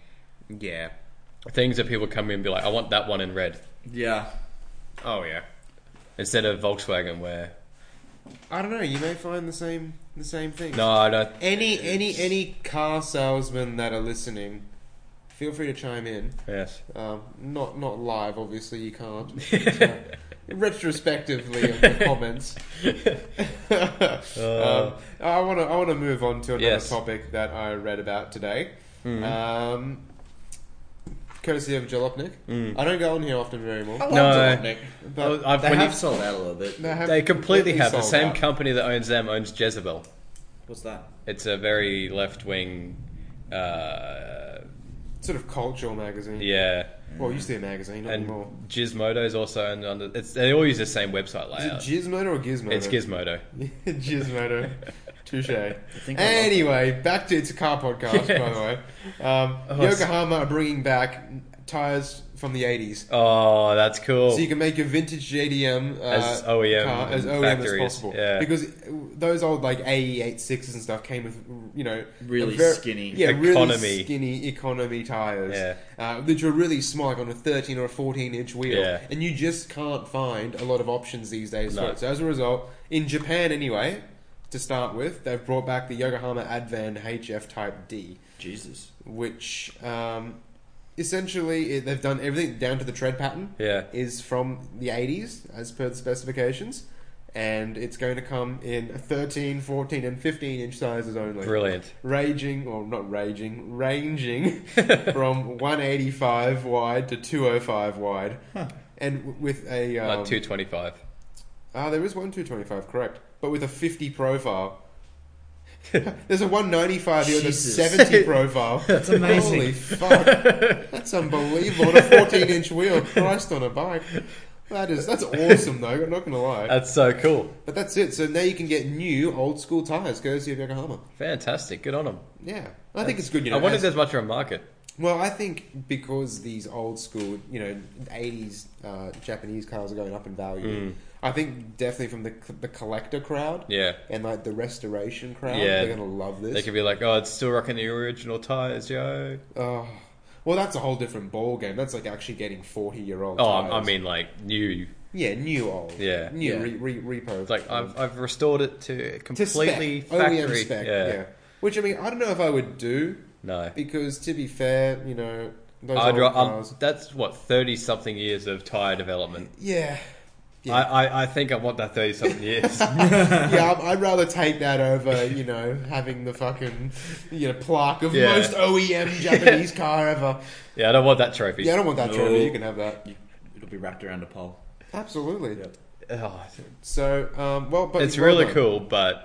Speaker 2: Yeah.
Speaker 1: Things that people come in and be like, I want that one in red
Speaker 3: Yeah.
Speaker 2: Oh yeah.
Speaker 1: instead of Volkswagen, where
Speaker 2: I don't know. You may find the same the same thing.
Speaker 1: no, I don't.
Speaker 2: Any any any car salesmen that are listening, feel free to chime in.
Speaker 1: Yes.
Speaker 2: Um, not not live, obviously you can't. But, uh, retrospectively, in the comments. um, I want to I want to move on to another
Speaker 1: Yes. Mm-hmm.
Speaker 2: topic that I read about today. Um, courtesy of Jalopnik.
Speaker 1: Mm.
Speaker 2: I don't go on here often very much,
Speaker 1: No. love
Speaker 3: Nick.
Speaker 2: but
Speaker 1: I've,
Speaker 3: They
Speaker 1: when you-
Speaker 3: have sold out a little bit.
Speaker 2: they, have
Speaker 1: Oh, They completely have. The
Speaker 2: sold
Speaker 1: same
Speaker 2: out.
Speaker 1: company that owns them owns Jezebel.
Speaker 3: What's that?
Speaker 1: It's a very left wing. Uh,
Speaker 2: sort of cultural magazine.
Speaker 1: yeah,
Speaker 2: Well, it used to be a magazine, not
Speaker 1: and
Speaker 2: anymore.
Speaker 1: Gizmodo is also owned under. It's, they all use the same website
Speaker 2: Is it
Speaker 1: layout.
Speaker 2: Gizmodo or Gizmodo?
Speaker 1: uh, It's Gizmodo.
Speaker 2: Gizmodo. Touche.
Speaker 3: think I love
Speaker 2: Anyway, back to it's a car podcast, by the way. Um,
Speaker 1: Oh, it's-
Speaker 2: Yokohama are bringing back tires from the 80s.
Speaker 1: Oh, that's cool.
Speaker 2: So you can make your vintage JDM uh,
Speaker 1: As OEM
Speaker 2: car as
Speaker 1: and
Speaker 2: OEM
Speaker 1: factories,
Speaker 2: as possible.
Speaker 1: yeah.
Speaker 2: Because those old like AE86s and stuff came with, you know,
Speaker 3: Really
Speaker 2: a ver-
Speaker 3: skinny.
Speaker 2: yeah,
Speaker 1: Economy.
Speaker 2: really skinny economy tires.
Speaker 1: Yeah.
Speaker 2: Uh, which are really small, like on a 13 or a 14 inch wheel.
Speaker 1: Yeah.
Speaker 2: And you just can't find a lot of options these days.
Speaker 1: No.
Speaker 2: For it. So as a result, in Japan anyway, to start with, they've brought back the Yokohama Advan HF Type D
Speaker 3: Jesus.
Speaker 2: which um, essentially it, they've done everything down to the tread pattern.
Speaker 1: Yeah.
Speaker 2: is from the 80s as per the specifications, and it's going to come in 13, 14, and 15 inch sizes only.
Speaker 1: Brilliant.
Speaker 2: Raging, or not raging, ranging from 185 wide to 205 wide, and w- with a um,
Speaker 1: like two twenty five.
Speaker 2: Ah, there is one 225, correct. But with a 50 profile. There's a 195 here with a
Speaker 3: Jesus.
Speaker 2: 70 profile. That's
Speaker 3: amazing.
Speaker 2: Holy fuck. That's unbelievable. On a 14 inch wheel. Christ on a bike. That is, that's awesome though, I'm not going to lie.
Speaker 1: That's so cool.
Speaker 2: But that's it. So now you can get new old school tyres courtesy of Yokohama.
Speaker 1: Fantastic. Good on them.
Speaker 2: Yeah. I think it's good, you know.
Speaker 1: uh, I wonder if
Speaker 2: as-
Speaker 1: there's much of a market.
Speaker 2: well, I think because these old school, you know, eighties uh, Japanese cars are going up in value. I think definitely from the the collector crowd,
Speaker 1: Mm. Yeah.
Speaker 2: and like the restoration crowd,
Speaker 1: Yeah.
Speaker 2: they're going to love this.
Speaker 1: They could be like, oh, it's still rocking the original tires, yo.
Speaker 2: oh, well, that's a whole different ball game. That's like actually getting forty year old.
Speaker 1: Oh, I mean, like new.
Speaker 2: yeah, new old,
Speaker 1: Yeah.
Speaker 2: new
Speaker 3: Yeah.
Speaker 2: Re, re, repo.
Speaker 1: It's like I've, I've restored it to
Speaker 2: to
Speaker 1: completely
Speaker 2: spec,
Speaker 1: factory.
Speaker 2: OEM spec. Yeah. which I mean, I don't know if I would do
Speaker 1: No.
Speaker 2: because to be fair, you know, those
Speaker 1: I'd
Speaker 2: old
Speaker 1: ra- um,
Speaker 2: cars.
Speaker 1: that's what thirty something years of tire development.
Speaker 2: yeah, Yeah.
Speaker 1: I, I, I think I want that thirty something years.
Speaker 2: yeah, I'd- I'd rather take that over, you know, having the fucking you know plaque of
Speaker 1: Yeah.
Speaker 2: most OEM Japanese car ever.
Speaker 1: yeah, I don't want that trophy.
Speaker 2: Yeah, I don't want that
Speaker 3: No.
Speaker 2: trophy. You can have that.
Speaker 3: You, it'll be wrapped around a pole.
Speaker 2: Absolutely.
Speaker 3: Yep.
Speaker 1: Oh,
Speaker 2: So, um, well, but
Speaker 1: it's
Speaker 2: well
Speaker 1: really
Speaker 2: done.
Speaker 1: cool, but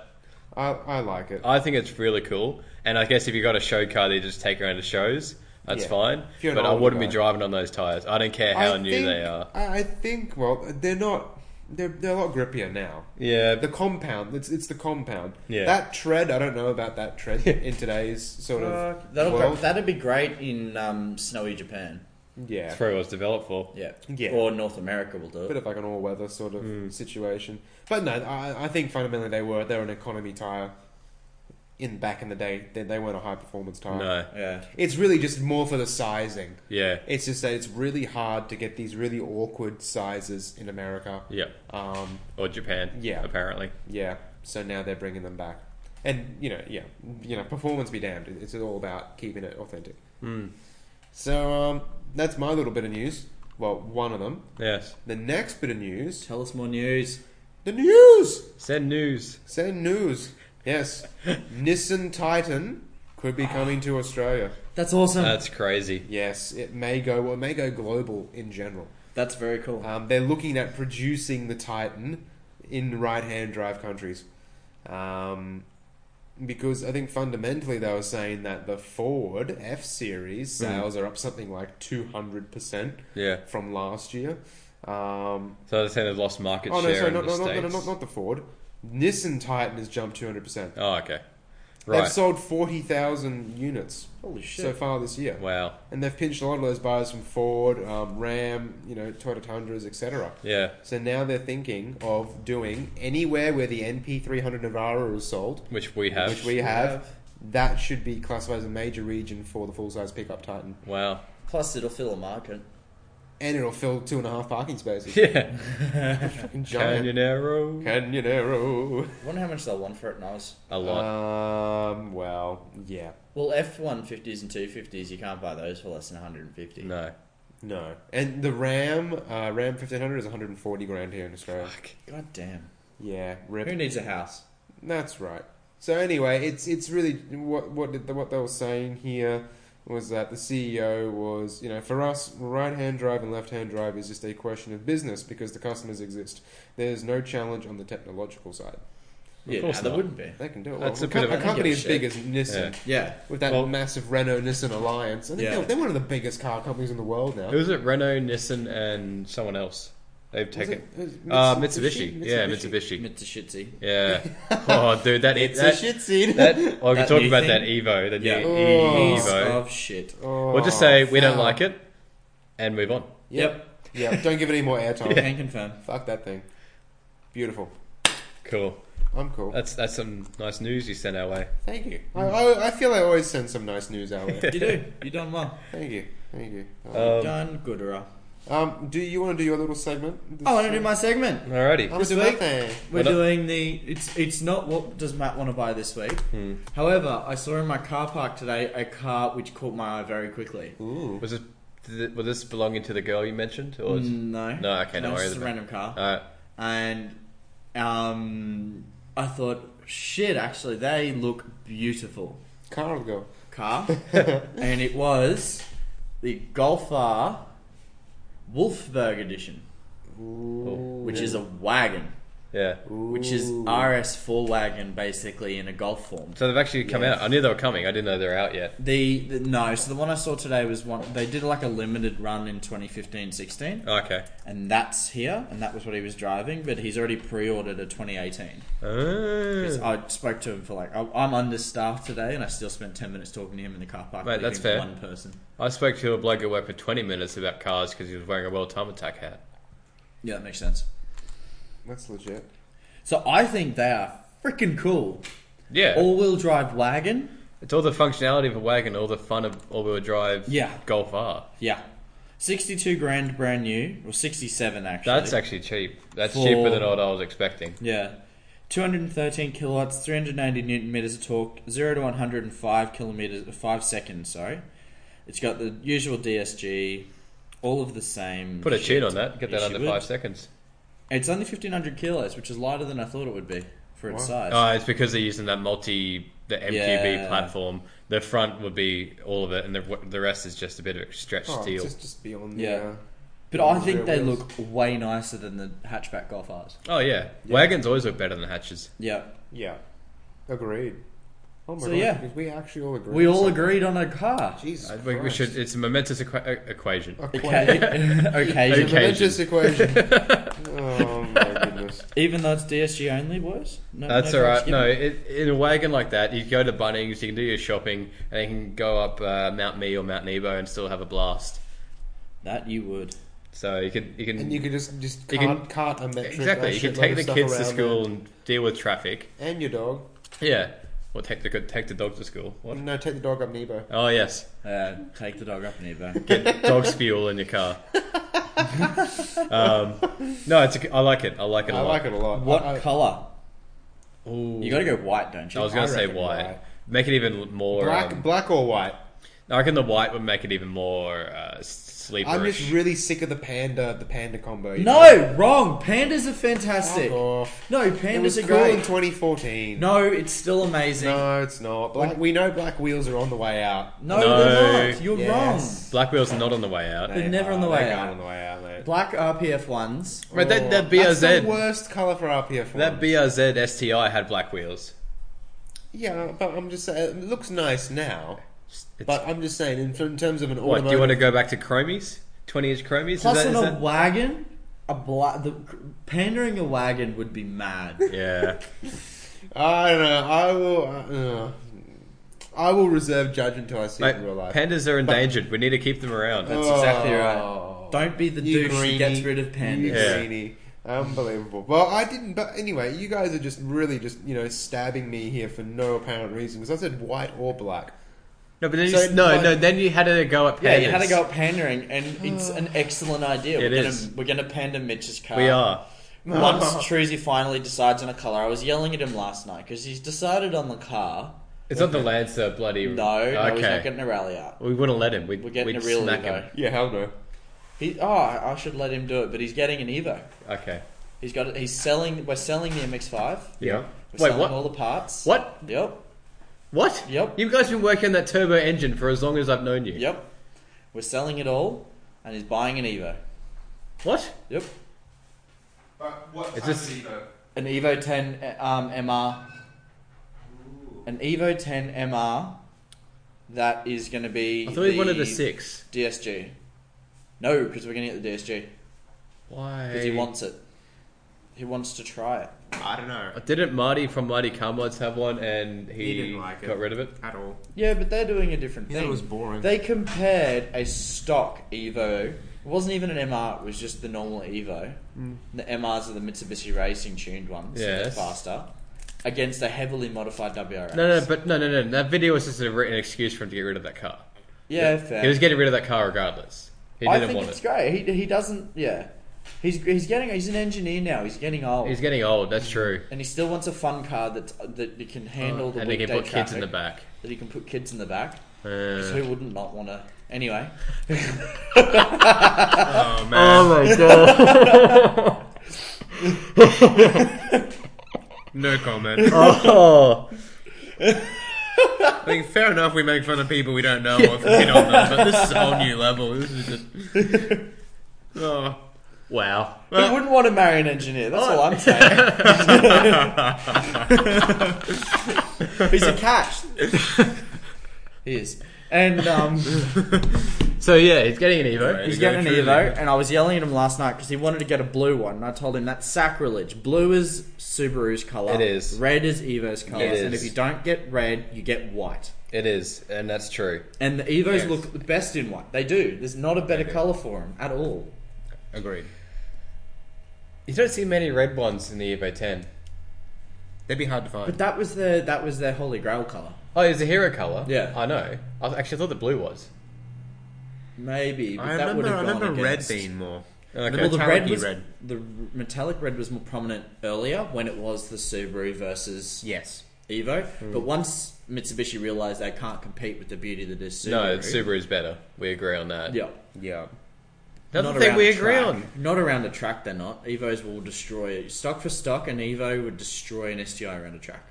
Speaker 2: I, I like it.
Speaker 1: I think it's really cool. And I guess if you got a show car that you just take around to shows, that's
Speaker 2: Yeah.
Speaker 1: fine.
Speaker 2: If you're an
Speaker 1: But I
Speaker 2: older
Speaker 1: wouldn't be
Speaker 2: guy.
Speaker 1: driving on those tires. I don't care how
Speaker 2: I
Speaker 1: new
Speaker 2: think-
Speaker 1: they are.
Speaker 2: I, I think. Well, they're not. They're they're a lot grippier now.
Speaker 1: Yeah,
Speaker 2: The compound. It's it's the compound.
Speaker 1: Yeah.
Speaker 2: That tread. I don't know about that tread in today's sort of.
Speaker 3: Uh, that'll
Speaker 2: world.
Speaker 3: that'd be great in um, snowy Japan.
Speaker 2: yeah.
Speaker 1: that's probably what it's developed for.
Speaker 3: Yeah.
Speaker 2: Yeah.
Speaker 3: Or North America will do
Speaker 2: bit
Speaker 3: it.
Speaker 2: of like an all weather sort of situation. But no, I, I think fundamentally they were they were an economy tire. In back in the day, they, they weren't a high performance tire.
Speaker 1: No,
Speaker 3: Yeah.
Speaker 2: It's really just more for the sizing.
Speaker 1: yeah,
Speaker 2: It's just that it's really hard to get these really awkward sizes in America.
Speaker 1: yeah,
Speaker 2: Um,
Speaker 1: or Japan.
Speaker 2: Yeah.
Speaker 1: apparently.
Speaker 2: yeah, so now they're bringing them back, and you know, yeah, you know, performance be damned. It's all about keeping it authentic. So um, that's my little bit of news. Well, one of them.
Speaker 1: Yes,
Speaker 2: The next bit of news,
Speaker 3: Tell us more news.
Speaker 2: the news.
Speaker 1: send news.
Speaker 2: Send news. Yes. Nissan Titan could be coming to Australia.
Speaker 3: That's awesome.
Speaker 1: That's crazy.
Speaker 2: Yes, it may go or it may go global in general.
Speaker 3: That's very cool.
Speaker 2: Um, they're looking at producing the Titan in right-hand drive countries, um, because I think fundamentally they were saying that the Ford F Series
Speaker 1: Hmm.
Speaker 2: sales are up something like two hundred percent
Speaker 1: Yeah.
Speaker 2: from last year. Um,
Speaker 1: So they're saying they've lost market
Speaker 2: oh no,
Speaker 1: share
Speaker 2: sorry,
Speaker 1: in
Speaker 2: not,
Speaker 1: the
Speaker 2: not, not,
Speaker 1: states.
Speaker 2: not, not, not the Ford. Nissan Titan has jumped two hundred percent.
Speaker 1: Oh, okay.
Speaker 2: They've
Speaker 1: Right.
Speaker 2: sold forty thousand units
Speaker 3: Holy
Speaker 2: so far this year.
Speaker 1: Wow.
Speaker 2: and they've pinched a lot of those buyers from Ford, um, Ram, you know, Toyota Tundras, etc.
Speaker 1: Yeah.
Speaker 2: So now they're thinking of doing anywhere where the NP300 Navara is sold,
Speaker 1: Which we have.
Speaker 2: which we have, that should be classified as a major region for the full-size pickup Titan,
Speaker 1: Wow.
Speaker 3: Plus, it'll fill a market.
Speaker 2: and it'll fill two and a half parking spaces.
Speaker 1: Yeah.
Speaker 2: Fucking Giant
Speaker 1: Canyonero.
Speaker 2: Canyonero.
Speaker 3: Wonder how much they'll want for it in Oz.
Speaker 1: A lot.
Speaker 2: Um, well, yeah,
Speaker 3: Well, F one fifties and two fifties, you can't buy those for less than one hundred and
Speaker 2: uh,
Speaker 3: fifty.
Speaker 1: no.
Speaker 2: no, and the Ram uh, Ram 1500 is 140 grand here in Australia.
Speaker 1: Fuck.
Speaker 3: God damn.
Speaker 2: Yeah, rip.
Speaker 3: Who needs a house?
Speaker 2: That's right. So anyway, it's it's really what what did what they were saying here was that the CEO was you know for us right hand drive and left hand drive is just a question of business because the customers exist. There's no challenge on the technological side.
Speaker 3: Yeah, no,
Speaker 1: course
Speaker 3: there
Speaker 1: not.
Speaker 3: wouldn't be.
Speaker 2: They can do it.
Speaker 1: That's
Speaker 2: well.
Speaker 1: a bit of a-
Speaker 2: a company
Speaker 3: I
Speaker 2: as
Speaker 3: don't
Speaker 2: big
Speaker 3: give a
Speaker 2: as Nissan
Speaker 1: Yeah.
Speaker 3: Yeah.
Speaker 2: with that
Speaker 1: Well-
Speaker 2: massive Renault Nissan alliance. I think
Speaker 3: Yeah.
Speaker 2: they're, they're one of the biggest car companies in the world now.
Speaker 1: Who was it? Renault, Nissan, and someone else. They've
Speaker 2: Was
Speaker 1: taken.
Speaker 2: it- was it
Speaker 1: Uh, Mitsubishi. Yeah, Mitsubishi.
Speaker 3: Mitsubishi.
Speaker 1: Yeah. Oh, dude, that
Speaker 2: It's a
Speaker 1: that.
Speaker 2: shit scene.
Speaker 1: that oh, we
Speaker 3: That
Speaker 1: can talk
Speaker 3: new
Speaker 1: about
Speaker 3: thing?
Speaker 1: that Evo. That
Speaker 3: Yeah.
Speaker 1: new
Speaker 2: Oh.
Speaker 3: Piece
Speaker 1: Evo.
Speaker 3: of shit.
Speaker 2: Oh,
Speaker 1: We'll just say we don't
Speaker 2: foul.
Speaker 1: like it, and move on.
Speaker 2: Oh, Yep. yeah. Don't give it any more airtime.
Speaker 3: Can confirm.
Speaker 2: Fuck that thing. Beautiful.
Speaker 1: Cool.
Speaker 2: I'm cool.
Speaker 3: Uh,
Speaker 1: That's that's some nice news you sent our way.
Speaker 2: Thank you.
Speaker 3: mm.
Speaker 2: I, I, I feel I always send some nice news our way.
Speaker 3: You do. You done well.
Speaker 2: Thank you. Thank you. Uh,
Speaker 1: Um,
Speaker 3: done gooder.
Speaker 2: um, do you want to do your little segment?
Speaker 3: I want to Oh, do my segment.
Speaker 2: I
Speaker 1: Alrighty.
Speaker 2: want
Speaker 3: this
Speaker 2: to do
Speaker 3: week.
Speaker 2: my thing.
Speaker 3: We're
Speaker 1: Well,
Speaker 3: doing the. It's it's not what does Matt want to buy this week.
Speaker 1: Hmm.
Speaker 3: However, I saw in my car park today a car which caught my eye very quickly.
Speaker 2: Ooh.
Speaker 1: Was it? Did it was this belonging to the girl you mentioned? Or is-
Speaker 3: No,
Speaker 1: No, okay, no worries
Speaker 3: it's just a
Speaker 1: about- Oh.
Speaker 3: random car,
Speaker 1: Alright.
Speaker 3: and um, I thought, shit, actually, they look beautiful.
Speaker 2: Carl go.
Speaker 3: Car, and it was the Golf R Wolfsburg edition,
Speaker 2: Ooh.
Speaker 3: Oh, which is a wagon,
Speaker 1: Yeah.
Speaker 3: which is
Speaker 2: Ooh.
Speaker 3: RS4 wagon, basically in a golf form.
Speaker 1: So they've actually come
Speaker 2: Yes.
Speaker 1: out. I knew they were coming. I didn't know they were out yet.
Speaker 3: The, the no, so the one I saw today was one. They did like a limited run in 2015-16,
Speaker 1: Okay.
Speaker 3: and that's here, and that was what he was driving. But he's already pre-ordered a 2018. Because
Speaker 1: Oh.
Speaker 3: I spoke to him for like I- I'm understaffed today, and I still spent 10 minutes talking to him in the car park.
Speaker 1: Mate, that's fair.
Speaker 3: leaving One person.
Speaker 1: I spoke to a bloke at work for 20 minutes about cars because he was wearing a World Time Attack hat.
Speaker 3: Yeah, that makes sense.
Speaker 2: That's legit.
Speaker 3: So I think they are freaking cool.
Speaker 1: Yeah.
Speaker 3: All-wheel drive wagon.
Speaker 1: it's all the functionality of a wagon, all the fun of all-wheel drive
Speaker 3: Yeah.
Speaker 1: Golf R.
Speaker 3: Yeah, 62 grand brand new, or 67 actually.
Speaker 1: That's actually cheap. That's
Speaker 3: For-
Speaker 1: cheaper than what I was expecting.
Speaker 3: Yeah. 213 kilowatts, 390 newton meters of torque, 0 to 105 kilometers, 5 seconds, sorry. It's got the usual DSG, all of the same.
Speaker 1: Put a
Speaker 3: shit.
Speaker 1: cheat on that. Get that
Speaker 3: Yes, you
Speaker 1: under
Speaker 3: would.
Speaker 1: five seconds.
Speaker 3: It's only 1500 kilos, which is lighter than I thought it would be for its
Speaker 2: Wow.
Speaker 3: size.
Speaker 1: Oh, it's because they're using that multi the MQB
Speaker 3: Yeah.
Speaker 1: platform. The front would be all of it, and the the rest is just a bit of stretched
Speaker 2: Oh,
Speaker 1: steel.
Speaker 2: just, just beyond
Speaker 3: Yeah.
Speaker 2: the... Uh,
Speaker 3: but I
Speaker 2: Yeah,
Speaker 3: think they
Speaker 2: wheels.
Speaker 3: look way nicer than the hatchback Golf R's.
Speaker 1: Oh yeah. wagons always look better than hatches.
Speaker 3: Yeah.
Speaker 2: yeah. Agreed. Oh my
Speaker 3: So,
Speaker 2: god.
Speaker 3: yeah.
Speaker 2: because We actually all agree.
Speaker 3: We
Speaker 2: on
Speaker 3: all
Speaker 2: something.
Speaker 3: agreed on a car.
Speaker 2: Jesus
Speaker 1: Uh, we, we
Speaker 2: Christ. Oh,
Speaker 1: should. It's a momentous equa- e- equation.
Speaker 2: Okay.
Speaker 3: Okay. Occasion.
Speaker 1: Okay.
Speaker 2: Momentous equation. oh my goodness.
Speaker 3: Even though it's DSG only, boys? No,
Speaker 1: That's all
Speaker 3: no fucks
Speaker 1: right. No,
Speaker 3: given?
Speaker 1: it, in a wagon like that, you go to Bunnings, you can do your shopping, and you can go up uh, Mount Me or Mount Nebo and still have a blast.
Speaker 3: That you would.
Speaker 1: So you can you can,
Speaker 2: And you could just just
Speaker 1: You
Speaker 2: cart,
Speaker 1: can-
Speaker 2: cart a metric
Speaker 1: exactly
Speaker 2: a
Speaker 1: you can
Speaker 2: shitload
Speaker 1: take
Speaker 2: of
Speaker 1: the
Speaker 2: stuff
Speaker 1: kids to
Speaker 2: around
Speaker 1: school and deal with traffic.
Speaker 2: there. and your dog.
Speaker 1: Yeah, or take the take the dog to school. What?
Speaker 2: No, take the dog up Nebo.
Speaker 1: Oh yes.
Speaker 3: Uh, take the dog up and eat
Speaker 1: Get dog's fuel in your car. um, no, it's a, I like it. I like it a
Speaker 2: I
Speaker 1: lot.
Speaker 2: like it a lot.
Speaker 3: What
Speaker 2: I, I,
Speaker 3: colour?
Speaker 1: Ooh.
Speaker 3: You gotta go white, don't you?
Speaker 1: I was gonna
Speaker 2: I
Speaker 1: say
Speaker 2: reckon
Speaker 1: white.
Speaker 2: white.
Speaker 1: Make it even more.
Speaker 2: black,
Speaker 1: um,
Speaker 2: black or white?
Speaker 1: I reckon the white would make it even more uh, sleeperish.
Speaker 2: I'm just really sick of the panda, the panda combo. you know?
Speaker 3: No, wrong. Pandas are fantastic.
Speaker 2: Fuck off.
Speaker 3: No,
Speaker 2: It was
Speaker 3: pandas are
Speaker 2: cool in
Speaker 3: great.
Speaker 2: 2014.
Speaker 3: No, it's still amazing. No,
Speaker 2: No, it's not. Black,
Speaker 3: What?
Speaker 2: we know black wheels are on the way out.
Speaker 1: No.
Speaker 3: they're not. You're
Speaker 2: Yes.
Speaker 1: Black wheel's not on the way out.
Speaker 3: They're never on the
Speaker 2: they're
Speaker 3: way
Speaker 2: going
Speaker 3: out.
Speaker 2: on the way out, mate.
Speaker 3: wrong. Black RPF ones.
Speaker 1: Right, that, that
Speaker 2: Oh, That's the
Speaker 1: BRZ,
Speaker 2: worst color for RPF.
Speaker 1: that
Speaker 2: ones.
Speaker 1: BRZ STI had black wheels.
Speaker 2: yeah, but I'm just saying it looks nice now.
Speaker 1: It's, it's-
Speaker 2: But I'm just saying, in, in terms of an
Speaker 1: what
Speaker 2: automotive,
Speaker 1: do you want to go back to Chromies? Twenty inch Chromies? Is
Speaker 3: Plus,
Speaker 1: that-
Speaker 3: on
Speaker 1: is
Speaker 3: a wagon, a bla- the pandering a wagon would be mad.
Speaker 1: that- yeah.
Speaker 2: I don't know. I will. Uh, uh, I will reserve judgment until I see
Speaker 1: Like,
Speaker 2: it in real life.
Speaker 1: pandas are endangered. we need to keep them around.
Speaker 3: That's exactly right.
Speaker 2: Oh.
Speaker 3: Don't be the
Speaker 2: You
Speaker 3: douche who gets
Speaker 2: greenie.
Speaker 3: rid of
Speaker 2: You
Speaker 3: pandas.
Speaker 1: Yeah.
Speaker 2: greenie. Unbelievable. Well, I didn't. But anyway, you guys are just really just you know stabbing me here for no apparent reason because I said white or black.
Speaker 1: No, but then you,
Speaker 2: So,
Speaker 1: no,
Speaker 2: like-
Speaker 1: no. Then you had a go at pandas.
Speaker 3: Yeah, you had to go at pandering, and it's an excellent idea.
Speaker 1: It
Speaker 3: we're gonna
Speaker 1: is.
Speaker 3: we're gonna pander Mitch's car.
Speaker 1: We are.
Speaker 3: Once Truzy finally decides on a color, I was yelling at him last night because he's decided on the car.
Speaker 1: It's not the Lancer, bloody.
Speaker 3: No, no, he's not
Speaker 1: okay.
Speaker 3: getting a rally out.
Speaker 1: we wouldn't let him. We'd,
Speaker 3: We're getting
Speaker 1: we'd
Speaker 3: a real
Speaker 1: smack
Speaker 3: Evo.
Speaker 1: him.
Speaker 2: Yeah, hell no.
Speaker 3: He, oh, I I should let him do it, but he's getting an Evo.
Speaker 1: Okay.
Speaker 3: He's got. He's selling. We're selling the MX-5. We're
Speaker 1: Yeah. Wait,
Speaker 3: selling
Speaker 1: what?
Speaker 3: all the parts.
Speaker 1: What?
Speaker 3: Yep.
Speaker 1: What?
Speaker 3: Yep.
Speaker 1: You guys been working on that turbo engine for as long as I've known you.
Speaker 3: Yep. We're selling it all, and he's buying an Evo.
Speaker 1: What?
Speaker 3: Yep.
Speaker 2: But what
Speaker 1: It's just-
Speaker 3: An Evo 10 uh, um, MR. An Evo 10 MR. That is going to be.
Speaker 1: I thought he
Speaker 3: the
Speaker 1: wanted a six.
Speaker 3: DSG. No, because we're going to get the DSG.
Speaker 1: Why?
Speaker 3: Because he wants it. He wants to try it.
Speaker 2: I don't know
Speaker 1: Didn't Marty from Marty Car Mods have one and he,
Speaker 2: He didn't like it.
Speaker 1: got rid of it?
Speaker 2: at all.
Speaker 3: Yeah, but they're doing a different
Speaker 2: He
Speaker 3: thing.
Speaker 2: thought it was boring.
Speaker 3: They compared a stock Evo. It wasn't even an MR. It was just the normal Evo. The MRs are the Mitsubishi Racing tuned ones. so they're
Speaker 1: Hmm. Yes.
Speaker 3: faster. Against a heavily modified WRX.
Speaker 1: No, no, but no, no, no. That video was just a, an excuse for him to get rid of that car.
Speaker 3: yeah, fair.
Speaker 1: He was getting rid of that car regardless. He
Speaker 3: I
Speaker 1: didn't
Speaker 3: think
Speaker 1: want
Speaker 3: it's
Speaker 1: it.
Speaker 3: great. He, he doesn't. Yeah, he's he's getting. He's an engineer now. He's getting old,
Speaker 1: He's getting old.
Speaker 3: Mm-hmm.
Speaker 1: That's true.
Speaker 3: and he still wants a fun car that that he can handle the
Speaker 1: Oh, and he
Speaker 3: weekday
Speaker 1: can put
Speaker 3: traffic.
Speaker 1: kids in the back.
Speaker 3: That he can put kids in the back. Because
Speaker 1: Uh,
Speaker 3: who wouldn't not want to? Anyway,
Speaker 2: Oh man,
Speaker 1: my god!
Speaker 2: no comment.
Speaker 1: oh,
Speaker 2: I think fair enough. We make fun of people we don't know or we don't know, but this is a whole new level. This is just oh.
Speaker 1: wow!
Speaker 3: who wouldn't want to marry an engineer? That's
Speaker 1: Oh.
Speaker 3: all I'm saying. he's a catch. he is, and um.
Speaker 1: So yeah, he's getting an Evo.
Speaker 2: Right.
Speaker 3: He's
Speaker 2: Go
Speaker 3: getting an
Speaker 2: through
Speaker 3: Evo,
Speaker 2: there.
Speaker 3: and I was yelling at him last night because he wanted to get a blue one, and I told him that's sacrilege. Blue is Subaru's color.
Speaker 1: It is.
Speaker 3: Red is Evo's color,
Speaker 1: It
Speaker 3: and if
Speaker 1: is.
Speaker 3: you don't get red, you get white.
Speaker 1: It is, and that's true.
Speaker 3: And the Evos
Speaker 2: Yes.
Speaker 3: look the best in white. They do. There's not a better color for them at all.
Speaker 2: Agreed.
Speaker 1: You don't see many red ones in the Evo 10.
Speaker 2: They'd be hard to
Speaker 3: But
Speaker 2: find.
Speaker 3: that was their that was their holy grail color.
Speaker 1: Oh, it's a hero color.
Speaker 3: Yeah.
Speaker 1: I know. I th- actually thought the blue was.
Speaker 3: Maybe, but
Speaker 2: I
Speaker 3: that would
Speaker 2: remember.
Speaker 3: have
Speaker 2: I
Speaker 3: gone
Speaker 2: remember red
Speaker 3: against.
Speaker 2: being more.
Speaker 1: Okay.
Speaker 3: Well, the
Speaker 2: Metallic-y
Speaker 3: red, was,
Speaker 2: red.
Speaker 3: the metallic red was more prominent earlier when it was the Subaru versus
Speaker 2: Yes.
Speaker 3: Evo. But once Mitsubishi realised they can't compete with the beauty that is Subaru.
Speaker 1: No, Subaru's better. We agree on that.
Speaker 3: Yeah.
Speaker 2: Yeah.
Speaker 1: Another
Speaker 3: Not
Speaker 1: thing
Speaker 3: around
Speaker 1: we
Speaker 3: the
Speaker 1: agree
Speaker 3: track.
Speaker 1: on.
Speaker 3: Not around the track, they're not. Evos will destroy stock for stock, and Evo would destroy an STI around a track.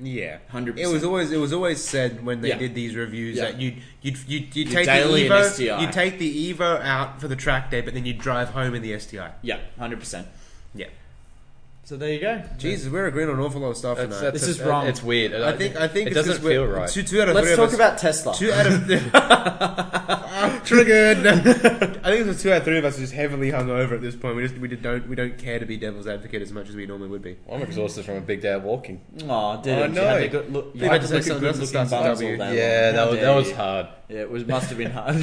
Speaker 2: Yeah,
Speaker 3: 100%.
Speaker 2: It was always it was always said when they
Speaker 3: Yeah.
Speaker 2: did these reviews
Speaker 3: Yeah.
Speaker 2: that you you you you take the
Speaker 3: daily an
Speaker 2: Evo
Speaker 3: STI.
Speaker 2: you take the Evo out for the track day, but then you drive home in the STI.
Speaker 3: Yeah, hundred percent.
Speaker 2: Yeah.
Speaker 3: So there you go.
Speaker 2: Jesus, we're agreeing on an awful lot of stuff
Speaker 1: That's-
Speaker 2: tonight.
Speaker 1: that's
Speaker 3: This
Speaker 1: a-
Speaker 3: is wrong.
Speaker 1: It's weird.
Speaker 2: I think I think
Speaker 1: it
Speaker 2: it's
Speaker 1: doesn't
Speaker 2: 'cause we're-
Speaker 1: feel right.
Speaker 2: Two, two out of
Speaker 3: Let's
Speaker 2: three
Speaker 3: talk
Speaker 2: of us,
Speaker 3: about Tesla.
Speaker 2: two out of triggered. I think it's two out of three of us are just heavily hung over at this point. We just we just don't we don't care to be devil's advocate as much as we normally would be.
Speaker 1: I'm exhausted from a big day of walking.
Speaker 3: Oh, dude,
Speaker 2: Oh,
Speaker 3: you
Speaker 2: no.
Speaker 3: had the good look. You
Speaker 2: Think
Speaker 3: had
Speaker 2: about
Speaker 3: the
Speaker 2: the
Speaker 3: good
Speaker 2: good
Speaker 3: looking
Speaker 2: starts with
Speaker 3: bums
Speaker 2: W.
Speaker 3: all day
Speaker 1: Yeah,
Speaker 3: long.
Speaker 1: that
Speaker 3: How
Speaker 1: was, that
Speaker 3: dare
Speaker 1: was
Speaker 3: you.
Speaker 1: hard.
Speaker 3: Yeah, it was must have been hard.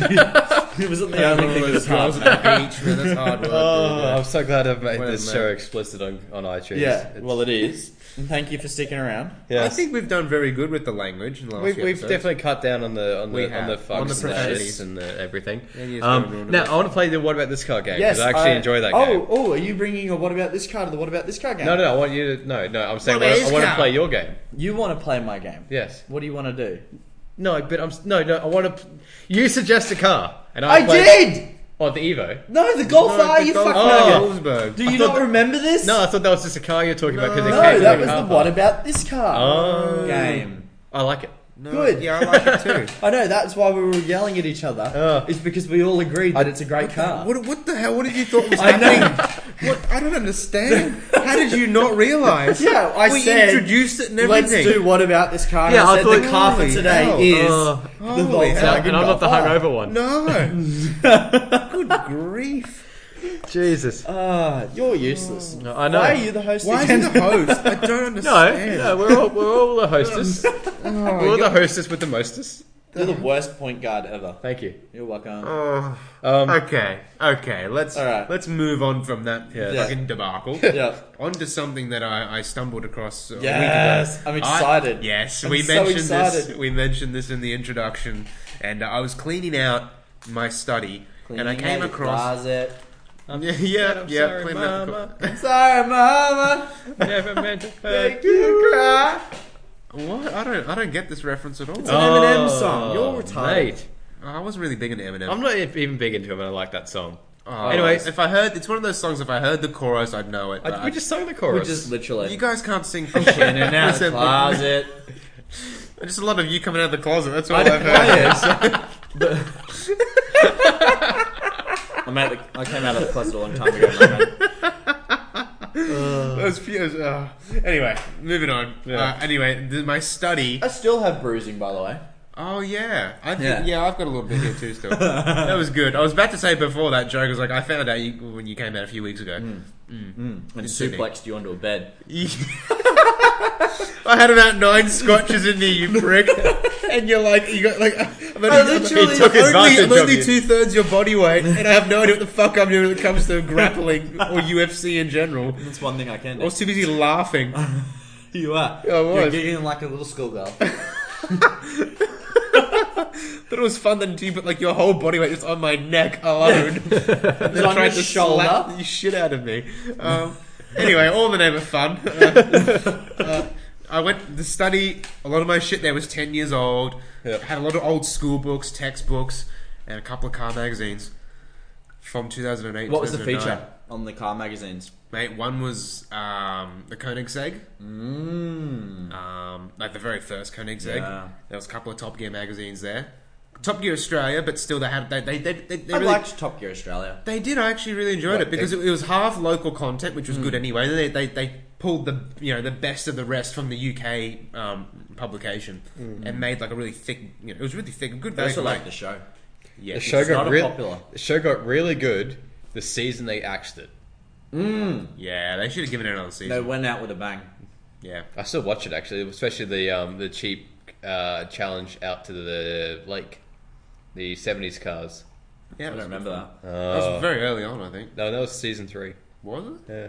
Speaker 3: it wasn't the only thing that was hard.
Speaker 2: Girls
Speaker 3: Oh. mate.
Speaker 2: at the beach, man, that's hard work. dude, yeah.
Speaker 1: Oh, I'm so glad I've made
Speaker 2: Whatever,
Speaker 1: this
Speaker 2: man.
Speaker 1: show explicit on, on iTunes.
Speaker 3: Yeah,
Speaker 1: It's-
Speaker 3: well, it is. And thank you for sticking around.
Speaker 1: yes.
Speaker 2: I think we've done very good with the language in the last
Speaker 1: we've,
Speaker 2: few
Speaker 1: we've
Speaker 2: episodes.
Speaker 1: definitely cut down on the on
Speaker 2: We
Speaker 1: the on the
Speaker 2: have.
Speaker 1: fucks
Speaker 2: On
Speaker 1: and
Speaker 2: the
Speaker 1: the shits
Speaker 2: profanities.
Speaker 1: and the everything.
Speaker 2: Yeah, you just don't
Speaker 1: Um,
Speaker 2: ruin
Speaker 1: now
Speaker 2: it.
Speaker 1: I want to play the what about this car game because I actually enjoy that
Speaker 3: oh,
Speaker 1: game.
Speaker 3: Oh, are you bringing a what about this car to the what about this car game?
Speaker 1: No, no, I want you to no, no. I'm saying I-
Speaker 2: What about
Speaker 1: I
Speaker 2: this
Speaker 1: want to
Speaker 2: car?
Speaker 1: play your game.
Speaker 3: You want to play my game?
Speaker 1: Yes.
Speaker 3: What do you want to do?
Speaker 1: No, but I'm s- no, no. I want to. You suggest a car, and I,
Speaker 3: I
Speaker 1: played-
Speaker 3: did.
Speaker 1: Oh, the Evo.
Speaker 3: No, the golf
Speaker 2: No,
Speaker 3: R,
Speaker 2: the
Speaker 3: you
Speaker 2: goal-
Speaker 3: fuck
Speaker 1: Oh.
Speaker 3: nugget.
Speaker 2: Wolfsburg.
Speaker 4: Do you
Speaker 1: thought-
Speaker 4: not remember this?
Speaker 1: No, I thought that was just a car you're talking about because it
Speaker 3: No,
Speaker 1: came from
Speaker 3: that
Speaker 1: the
Speaker 3: was
Speaker 1: car
Speaker 3: the
Speaker 1: park.
Speaker 3: what about this car
Speaker 1: Oh.
Speaker 4: game.
Speaker 1: I like it.
Speaker 2: No,
Speaker 3: Good.
Speaker 2: Yeah, I like it too.
Speaker 3: I know that's why we were yelling at each other.
Speaker 1: Oh.
Speaker 3: It's because we all agreed that it's a great car.
Speaker 2: What, what the hell? What did you thought was
Speaker 3: I know.
Speaker 2: happening? What, I don't understand. How did you not realize?
Speaker 3: Yeah, I
Speaker 2: we
Speaker 3: said,
Speaker 2: introduced it and
Speaker 3: Let's
Speaker 2: everything.
Speaker 3: do what about this car?
Speaker 1: Yeah,
Speaker 3: and I
Speaker 1: I
Speaker 3: said
Speaker 1: thought-
Speaker 3: the car for
Speaker 2: Holy
Speaker 3: today
Speaker 2: hell.
Speaker 3: is
Speaker 1: Oh.
Speaker 3: the
Speaker 2: Holy hell.
Speaker 3: Volkswagen
Speaker 1: and I'm not the
Speaker 3: Golf R.
Speaker 1: hungover one.
Speaker 2: No. Good grief.
Speaker 1: Jesus.
Speaker 3: Ah, you're useless.
Speaker 1: No, I know.
Speaker 3: Why are you the host
Speaker 2: Why is
Speaker 3: again?
Speaker 2: he the host? I don't
Speaker 1: no,
Speaker 2: understand.
Speaker 1: no, we're all we're all the hostess.
Speaker 2: Oh,
Speaker 1: we're all the
Speaker 2: you're-
Speaker 1: hostess with the mostest.
Speaker 3: You're the worst point guard ever.
Speaker 1: Thank you.
Speaker 3: You're welcome.
Speaker 2: Oh,
Speaker 1: Um,
Speaker 2: okay, okay. Let's
Speaker 3: All right.
Speaker 2: let's move on from that
Speaker 1: Yeah.
Speaker 3: Yeah.
Speaker 2: fucking debacle.
Speaker 3: yeah.
Speaker 2: Onto something that I, I stumbled across. A week ago.
Speaker 3: Yes, I'm excited.
Speaker 2: I- yes,
Speaker 3: I'm
Speaker 2: we
Speaker 3: so
Speaker 2: mentioned
Speaker 3: excited.
Speaker 2: this. We mentioned this in the introduction, and I was cleaning out my study, and I
Speaker 3: Cleaning
Speaker 2: came
Speaker 3: out your
Speaker 2: across.
Speaker 3: closet.
Speaker 2: Yeah, yeah,
Speaker 1: I'm
Speaker 2: yeah.
Speaker 1: sorry,
Speaker 2: cleaning out the
Speaker 1: Mama.
Speaker 2: clo-
Speaker 3: Sorry, Mama.
Speaker 1: Never meant to hurt.
Speaker 3: you cry.
Speaker 2: What? I don't. I don't get this reference at all.
Speaker 3: an Eminem song. You're retarded.
Speaker 1: Mate.
Speaker 2: Oh, I wasn't really big into Eminem.
Speaker 1: I'm not e-, even big into him, and I like that song.
Speaker 2: Oh,
Speaker 1: Anyways.
Speaker 2: if I heard, it's one of those songs. If I heard the chorus, I'd know it.
Speaker 1: I-
Speaker 2: but
Speaker 1: we
Speaker 2: I-
Speaker 1: just sang the
Speaker 3: We
Speaker 1: chorus.
Speaker 3: just literally.
Speaker 2: You guys can't sing for shit.
Speaker 3: in and out of the
Speaker 2: Listen,
Speaker 3: closet.
Speaker 2: Just a lot of you coming out of the closet. That's all
Speaker 3: I
Speaker 2: I've
Speaker 3: don't
Speaker 2: heard.
Speaker 3: I'm out the, I came out of the closet a long time ago. and
Speaker 2: Those few, uh, anyway, moving on.
Speaker 1: Yeah.
Speaker 2: Uh, anyway, th- my study.
Speaker 3: I still have bruising, by the way.
Speaker 2: Oh yeah, I think,
Speaker 3: Yeah.
Speaker 2: yeah. I've got a little bit here too. Still, that was good. I was about to say before that joke I was like, I found out you, when you came out a few weeks ago.
Speaker 3: And
Speaker 2: Sydney.
Speaker 3: suplexed you onto a bed.
Speaker 2: I had about nine scotches in me, you prick. and you're like, you got like, I'm only,
Speaker 3: I literally-
Speaker 1: He took
Speaker 2: I'm only,
Speaker 1: advantage
Speaker 2: I'm only
Speaker 1: of
Speaker 2: two thirds your body weight, and I have no idea what the fuck I'm doing when it comes to grappling or UFC in general.
Speaker 3: That's one thing I can
Speaker 2: I
Speaker 3: do.
Speaker 2: was too busy laughing.
Speaker 3: you are.
Speaker 2: I was.
Speaker 3: You're giggling like a little schoolgirl.
Speaker 2: Thought it was fun then to you put like your whole body weight just on my neck alone. and
Speaker 3: It's on your shoulder.
Speaker 2: slap the shit out of me. Um, anyway, all in the name of fun. Uh, uh, I went to study. A lot of my shit there was ten years old.
Speaker 1: Yep.
Speaker 2: Had a lot of old school books, textbooks, and a couple of car magazines from 2008.
Speaker 3: What was the
Speaker 2: 2009.
Speaker 3: feature on the car magazines?
Speaker 2: mate? One was um, the Koenigsegg,
Speaker 3: Mmm.
Speaker 2: um, like the very first Koenigsegg.
Speaker 3: Yeah.
Speaker 2: There was a couple of Top Gear magazines there. Top Gear Australia, but still they had they they they, they, they
Speaker 3: I
Speaker 2: really
Speaker 3: liked Top Gear Australia.
Speaker 2: They did. I actually really enjoyed
Speaker 1: Like
Speaker 2: it because it, it was half local content, which was
Speaker 3: Hmm.
Speaker 2: good anyway. They, they they pulled the you know the best of the rest from the UK um, publication
Speaker 3: Hmm.
Speaker 2: and made like a really thick. You know, it was really thick, good
Speaker 3: I
Speaker 2: value.
Speaker 3: also
Speaker 2: for
Speaker 3: liked the
Speaker 2: Like,
Speaker 3: show.
Speaker 2: yeah,
Speaker 1: the show
Speaker 3: It's
Speaker 1: got
Speaker 3: not a
Speaker 1: real.
Speaker 3: popular.
Speaker 1: The show got really good the season they axed it.
Speaker 2: yeah. They should have given it another
Speaker 3: They
Speaker 2: season.
Speaker 3: went out with a bang.
Speaker 2: Yeah,
Speaker 1: I still watch it actually, especially the um, the cheap uh, challenge out to the lake, the seventies cars.
Speaker 2: yeah.
Speaker 3: I don't remember that. Uh.
Speaker 2: That was very early on, I think.
Speaker 1: No, that was season three.
Speaker 2: Was it?
Speaker 1: Yeah,